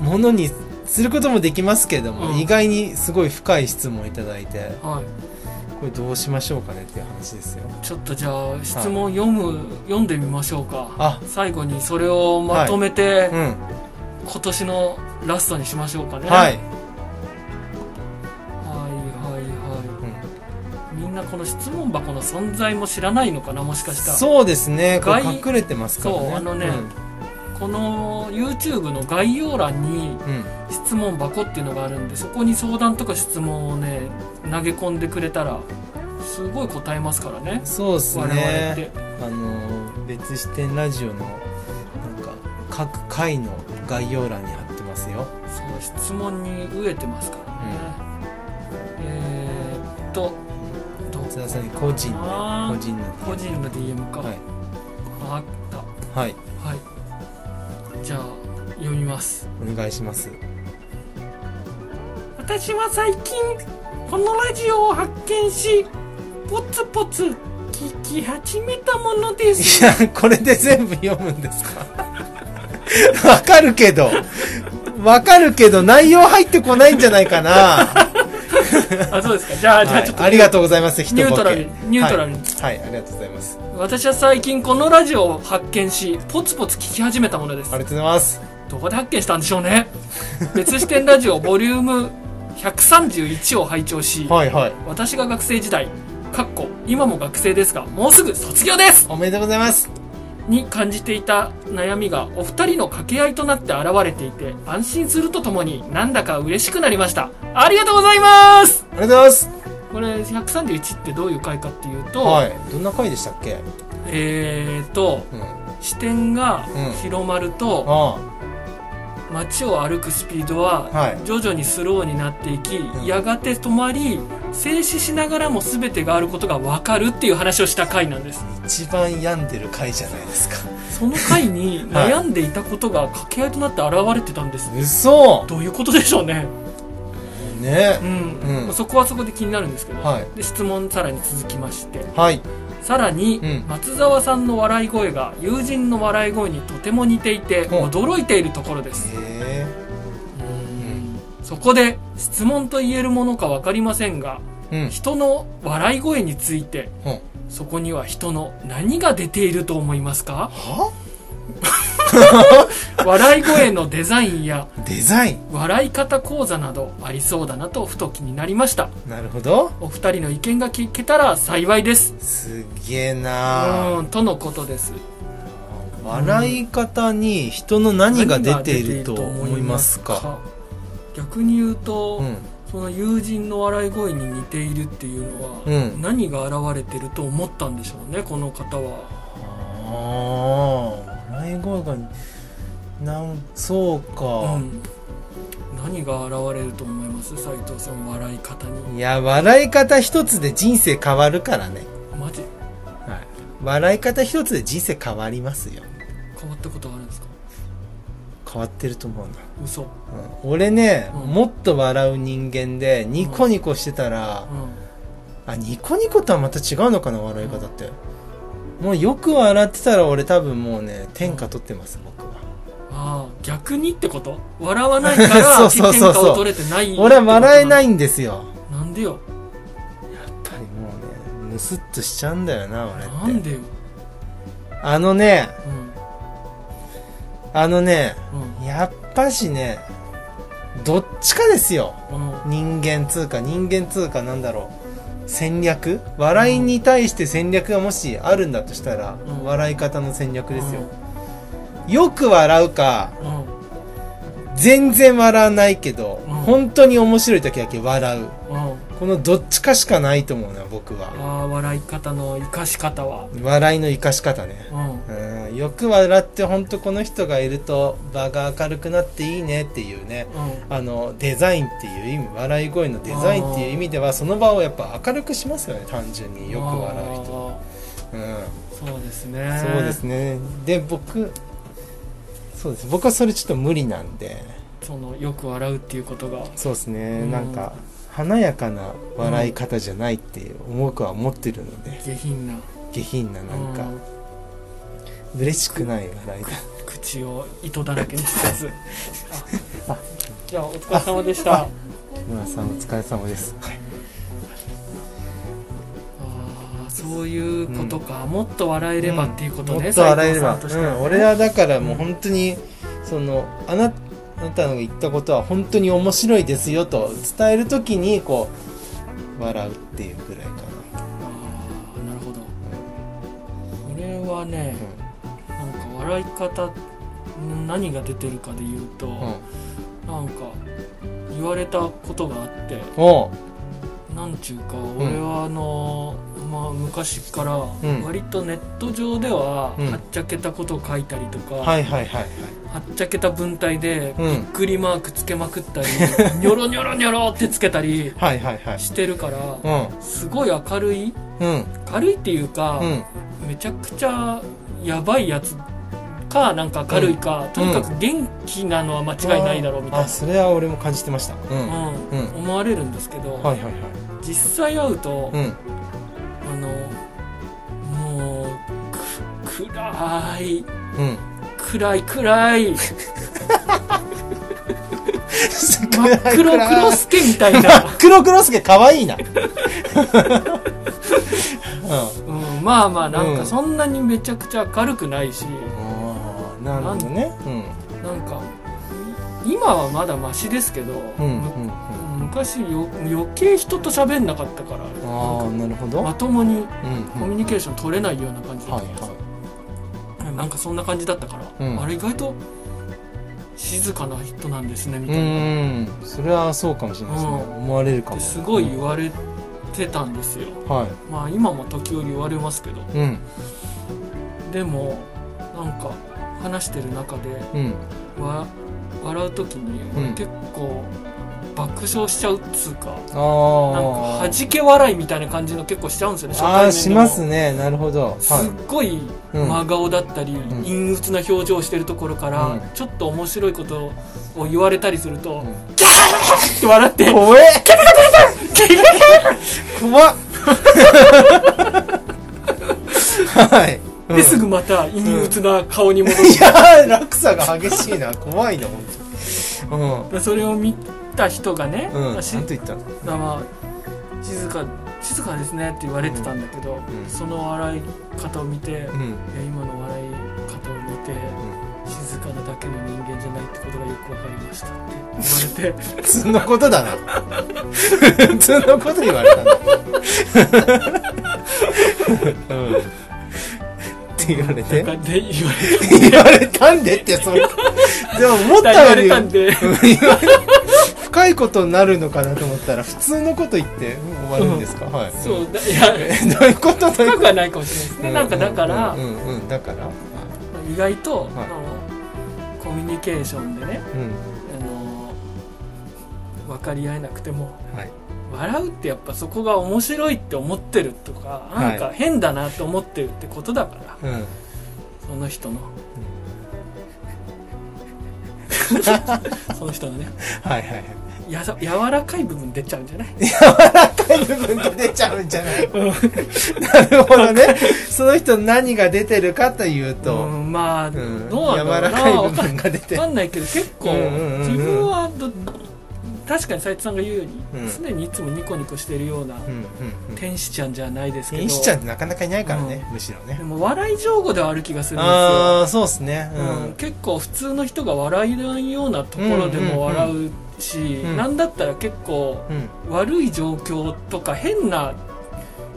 A: うん
B: ものにすることもできますけれども、
A: うん
B: 意外にすごい深い質問いただいて
A: はい
B: これどうしましょうかねっていう話ですよ
A: ちょっとじゃあ質問読む、読んでみましょうか
B: あ
A: 最後にそれをまとめて
B: うん
A: 今年のラストにしましょうかね、
B: はい、
A: はいはいは
B: うん
A: いみんなこの質問箱の存在も知らないのかなもしかしたら
B: そうですねこれ
A: 外
B: 隠れてますからね
A: そうあのね
B: うん
A: この YouTube の概要欄に
B: うん
A: 質問箱っていうのがあるんでそこに相談とか質問をね投げ込んでくれたらすごい答えますからね
B: そうです
A: 我々って
B: ねあの別視点ラジオのなんか各回の概要欄に貼ってますよ
A: その質問に飢えてますからね、えーっとどう
B: 津田さんに個人
A: あー
B: 個人の
A: 個人の DM か、
B: はい
A: あった
B: はい
A: はいじゃあ読みます
B: お願いします
A: 私は最近このラジオを発見しポツポツ聞き始めたもので
B: いやこれで全部読むんですか わかるけどわかるけど内容入ってこないんじゃないかな
A: あそうですか じゃあじゃあ
B: はい
A: ちょっと
B: ありがとうございます一ボ
A: ニ
B: ケ
A: ュートラルにニュートラルに、
B: はい、はい、ありがとうございますあ
A: 私は最近このラジオを発見しポツポツ聞き始めたものです
B: りがとうございます
A: どこで発見したんでしょうね別視点ラジオボリューム131を拝聴し
B: はいはい
A: 私が学生時代かっこ今も学生ですがもうすぐ卒業です
B: おめでとうございます
A: に感じていた悩みがお二人の掛け合いとなって現れていて安心するとともになんだか嬉しくなりましたありがとうございます
B: ありがとうございます
A: これ131ってどういう回かっていうと、
B: はいどんな回でしたっけ
A: えーと
B: うん
A: 視点が広まると
B: あ
A: 街を歩くスピード
B: あ
A: は
B: はい
A: 徐々にスローになっていき、
B: ん
A: やがて止まり静止しながらも全てがあることが分かるっていう話をした回なんです
B: 一番病んでる回じゃないですか
A: その回に
B: はい
A: 悩んでいたことが掛け合いとなって現れてたんです、
B: 嘘
A: どういうことでしょうね
B: ね
A: うん、
B: うん
A: まあそこはそこで気になるんですけど、
B: はい
A: で質問さらに続きまして
B: はい
A: さらに、
B: うん
A: 松沢さんの笑い声が友人の笑い声にとても似ていて
B: ほう
A: 驚いているところです、
B: え
A: そこで質問と言えるものか分かりませんが
B: えうん
A: 人の笑い声について
B: ほう
A: そこには人の何が出ていると思いますか
B: は
A: 笑い声のデザインや
B: デザイン
A: 笑い方講座などありそうだなとふと気になりました
B: なるほど
A: お二人の意見が聞けたら幸いです
B: すげえ
A: う
B: な
A: ーんとのことです
B: 笑い方に人の何が出ていると思いますか
A: 逆に言うと、
B: うん
A: その友人の笑い声に似ているっていうのは、
B: うん
A: 何が現れてると思ったんでしょうねこの方は
B: ああ笑い声がなんそう
A: う
B: か、
A: ん何が現れると思います斉藤さん笑い方に
B: いや笑い方一つで人生変わるからね
A: マジ
B: はい笑い方一つで人生変わりますよ
A: 変わったことあるんですか
B: 変わってると思うな
A: 嘘うん
B: うん俺ね、
A: うん
B: もっと笑う人間でニコニコしてたら、あニコニコとはまた違うのかな笑い方って、もうよく笑ってたら俺多分もうね天下取ってます僕は
A: ああ逆にってこと笑わないから
B: そうそうそ
A: 天
B: うそう
A: 下を取れてない
B: 俺は笑えないいんですよ
A: なんでよ
B: やっぱりもうねムスッとしちゃうんだよな俺って
A: なんでよ
B: あのね
A: うん
B: あのね
A: うん
B: やっぱしねどっちかですよ
A: うん
B: 人間通貨人間通貨なんだろう戦略笑いに対して戦略がもしあるんだとしたら、
A: うん
B: 笑い方の戦略ですよ、よく笑うか
A: うんうん
B: 全然笑わないけど、
A: うん
B: 本当に面白い時だけ笑う
A: うん
B: このどっちかしかないと思うな僕
A: あ
B: は
A: あ笑い方の生かし方は
B: 笑いの生かし方ね
A: うん
B: うんはい、よく笑って本当この人がいると場が明るくなっていいねっていうねあのデザインっていう意味笑い声のデザインっていう意味ではその場をやっぱ明るくしますよね単純
A: う
B: に
A: ん
B: よく笑う人、うん、
A: そうですね
B: そうですねで僕そうです僕はそれちょっと無理なんで
A: そのよく笑うっていうことが
B: そうですね、
A: うん
B: なんか華やかな笑い方じゃないっていう僕は思ってるので
A: 下品な
B: 下品ななん
A: う
B: か嬉しくない笑いだ
A: 口を糸だらけにしつつ
B: あ
A: じゃあお疲れ様でしたあ
B: 村さんお疲れ様です、はい
A: あーそういうことか、もっと笑えればっていうことね、
B: もっと笑えれば、
A: 斉藤さんとしてはね
B: うん、俺はだからもう本当にそのあなあなたの言ったことは本当に面白いですよと伝えるときにこう笑うっていうぐらいかな、
A: あーなるほど俺はね、なんか笑い方ん何が出てるかで言うと、
B: うんうん、
A: なんか言われたことがあって
B: おう
A: なんちゅうか俺はあの、まあ、昔から
B: ん
A: 割とネット上では
B: うん
A: はっちゃけたことを書いたりとか、は
B: はいはいはいはい
A: っちゃけた文体で
B: うん
A: びっくりマークつけまくった りニョロニョロニョロってつけたり
B: はいはいはい
A: してるから
B: う
A: すごい明るい
B: んうん
A: 明るいっていうか、
B: うん
A: めちゃくちゃやばいやつかなんか明るいか、とにかく元気なのは間違いないだろうみたい
B: あそれは俺も感じてましたうん
A: な、うん
B: うん
A: 思われるんですけど、
B: はいはいはい
A: 実際会うと、
B: うん
A: あのもうく暗い
B: うん
A: 暗い暗い真
B: 真
A: っ黒クロスケみたい
B: 真
A: な、
B: っ 黒クロスケ可愛い なうん
A: うん、まあまあなん
B: う
A: か
B: ん
A: そんなにめちゃくちゃ明るくないし、
B: あーなるほどねうん
A: なんかい今はまだマシですけど、
B: うん
A: む
B: うんうん
A: 昔よ余計人と喋んなかったから
B: ああなるほど
A: まともに
B: うん
A: コミュニケーション取れないような感じだ
B: は
A: っ
B: い
A: た、
B: は
A: なんかそんな感じだったから、
B: うん
A: あれ意外と静かな人なんですねみ
B: い
A: たいな、
B: うんそれはそうかもしれないですね
A: うん
B: 思われるか
A: っ
B: も
A: てすごい言われてたんですよ
B: は
A: まあ今も時折言われますけど
B: いうん
A: でもなんか話してる中で
B: うん
A: わ笑う時に
B: うん
A: 俺結構爆笑しちゃうっつうか、
B: あ
A: なん
B: あ
A: か弾け笑いみたいな感じの結構しちゃうんですよね初対
B: あ
A: 面で
B: あ
A: も
B: しますねなるほど
A: すっ
B: はい
A: ごい
B: うん
A: 真顔だったり、
B: ん
A: 陰鬱な表情をしてるところから、
B: うん
A: ちょっと面白いことを言われたりすると、
B: ん
A: キャーって笑って
B: 怖え怖っはい、うん
A: ですぐまた陰鬱な顔に戻 る、
B: いやー落差が激しいな怖いな本当に
A: でそれを見た人がね、
B: うんうん
A: し
B: なんと言ったの
A: まあまあ静か静かですねって言われてたんだけど、
B: ん
A: その笑い方を見て、いや
B: うん
A: 今の笑い方を見て、静かなだけの人間じゃないってことがよくわかりましたっ て言われて
B: 普通のことだな普通のこと言われたんだうんって言われて
A: なんかで言われて
B: 言われたんでってそのでも思
A: 言
B: った
A: わ
B: よ
A: れ
B: り
A: たん で。
B: 深いことになるのかなと思ったら普通のこと言って終わるんですか、はい
A: そうだいや
B: えどういうことどういう
A: 深
B: こ
A: くはないかもしれないです
B: と
A: ね、なんかだから、
B: うんうんうんうんだからはい
A: 意外と、あのコミュニケーションでね、
B: うん
A: あの分かり合えなくても
B: はい
A: 笑うってやっぱそこが面白いって思ってるとか
B: い
A: なんか変だなと思ってるってことだから、
B: うん
A: その人のその人のね
B: はいはいはい
A: やさ柔らかい部分出ちゃうんじゃない
B: 深い部分が出ちゃうんじゃないなるほどねその人何が出てるかというと、
A: うんまあ、
B: うん
A: どうなんだろう
B: 柔らかい
A: なわ
B: 部
A: か
B: 分が出て
A: わかんないけど結構
B: うんうんうんうん
A: 自分はど確かに斉藤さんが言うように、
B: うん
A: 常にいつもニコニコしてるような
B: うんうんうん
A: 天使ちゃんじゃないですけど
B: 天使ちゃんってなかなかいないからね、むしろ
A: で
B: ね
A: も笑い上手ではある気がするんですよ、
B: ああそうっすね
A: うん結構普通の人が笑えないようなところでも笑うし、
B: うん
A: なんだったら結構
B: うん、うん
A: 悪い状況とか変な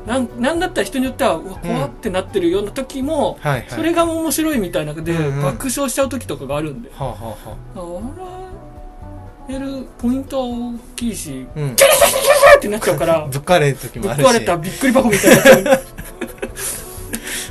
A: なんなんだったら人によってはうわ怖ってなってるような時も、
B: はいはい
A: それが面白いみたいなので、
B: うんうん
A: 爆笑しちゃう時とかがあるんで
B: はあ、はあは
A: 笑えるポイントは大きい し
B: あ、うん
A: キャーってなっちゃうから
B: ぶっかれる時
A: ぶ
B: も
A: っ
B: あるし
A: 壊れたびっくり箱みたいになっちゃう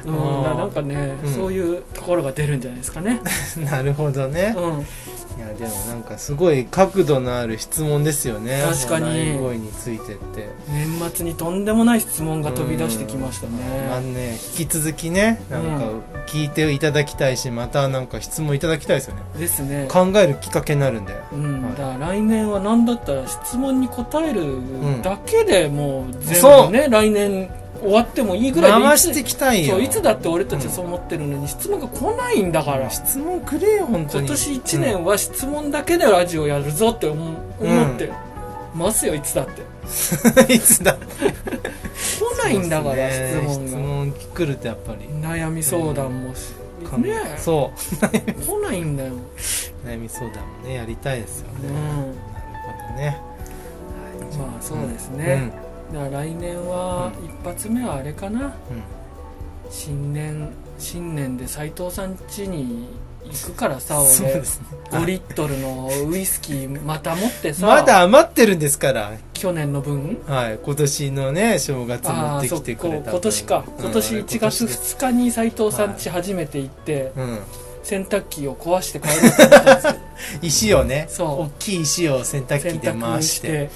A: うん、ななんかね、
B: うん
A: そういうところが出るんじゃないですか ね。
B: なるほどね
A: う、ん、
B: いやでもなんかすごい角度のある質問ですよね
A: 確かに
B: 笑い声についてって
A: 年末にとんでもない質問が飛び出してきました
B: まあ
A: ね。
B: ね引き続きねなんか
A: う
B: 聞いていただきたいしまたなんか質問いただきたいですよね
A: ですね。
B: 考えるきっかけになるんで
A: うん、
B: はい
A: だから来年は何だったら質問に答える
B: ん
A: だけでもう全
B: そう
A: 部ね、来年終わってもいいぐらいで
B: 回
A: いつ
B: してきたいよ
A: そういつだって俺たちはそう思ってるのに質問が来ないんだから、
B: 質問くれよ本当
A: 今
B: に
A: 年1年は質問だけでラジオやるぞって思う
B: うん
A: 思ってますよいつだって
B: うん いつだ
A: 来ないんだから、
B: そうですね
A: 質
B: 質
A: 問が
B: 問来るとやっぱり
A: 悩み相談もし、
B: か
A: ね
B: そ
A: 来ないんだよ、
B: う悩み相談もねやりたいですよ
A: う
B: ね、
A: ん、
B: なるほどね
A: まあそうですね、だから来年は一発目はあれかな、
B: うん、うん
A: 新年新年で斎藤さん家に行くからさ
B: そう
A: 俺
B: ですね
A: 5リットルのウイスキーまた持ってさ
B: まだ余ってるんですから
A: 去年の分
B: はい、今年のね正月持
A: あ
B: っ
A: あ
B: て
A: そ
B: き
A: ってか
B: くれた
A: 今年か
B: 分
A: 今年
B: うん
A: 1月
B: 今です
A: 2日に斎藤さん家初めて行って
B: うん、
A: 洗濯機を壊して帰ろうと思ったんですよ
B: 石をね
A: そう
B: 大きい石を洗濯
A: 洗
B: 機で
A: 濯
B: 回
A: に
B: し
A: してて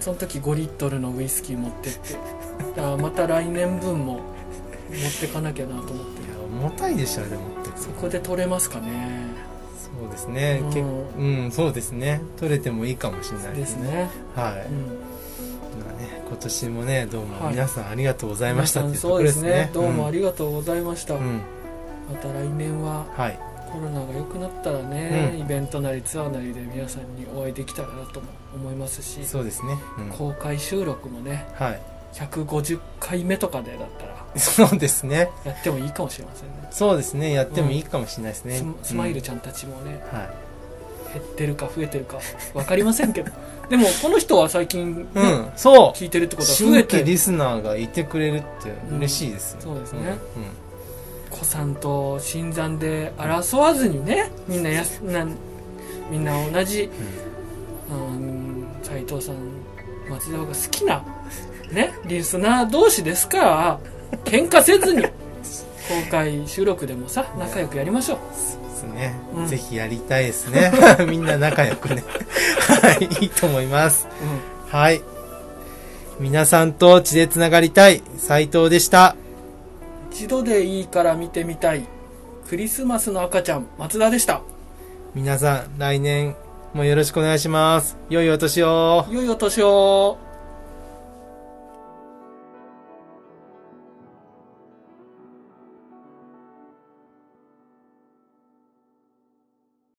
A: その時5リットルのウイスキー持ってってだからまた来年分も持ってかなきゃなと思って
B: うん、いや重たいでしょでもって
A: そこで取れますかね
B: そうですね
A: うん
B: 結構うんそうですね取れてもいいかもしれない
A: ですね、
B: はい、
A: うん
B: まあね今年もねどうも
A: はい
B: 皆さんありがとうございましたっていうと
A: そ
B: こ
A: う
B: ろ
A: で
B: ですす
A: ね
B: ね、
A: どうもあ
B: り
A: りがとうございました、
B: がとうん、
A: また来年は
B: うん、はい
A: コロナが良くなったらね、
B: う
A: イベントなりツアーなりで皆さんにお会いできたらなとも思いますし
B: そうですね、うん、
A: 公開収録もね
B: はい
A: 150回目とかでだったら
B: そうですね
A: やってもいいかもしれませんね
B: そうですねやってもいいかもしれないですね、
A: ススマイル
B: うん
A: ちゃんたちもね
B: はい
A: 減ってるか増えてるか分かりませんけどでもこの人は最近、ね
B: うん、そう
A: 聞いてるってことは
B: 新
A: 増え
B: 規
A: て
B: リスナーがいてくれるって嬉しいです
A: う
B: よ、
A: んそうですね
B: うん
A: 子さんと新参で争わずにねみんなやすなみんな同じ斎藤さん松田が好きなねリスナー同士ですから喧嘩せずに公開収録でもさ仲良くやりましょう
B: そうですね、
A: うん
B: ぜひやりたいですね みんな仲良くねはいいいと思いますはい皆さんと血でつながりたい斉藤でした
A: 一度でいいから見てみたいクリスマスの赤ちゃん松田でした
B: 皆さん来年もよろしくお願いします良いお年を
A: 良いお年を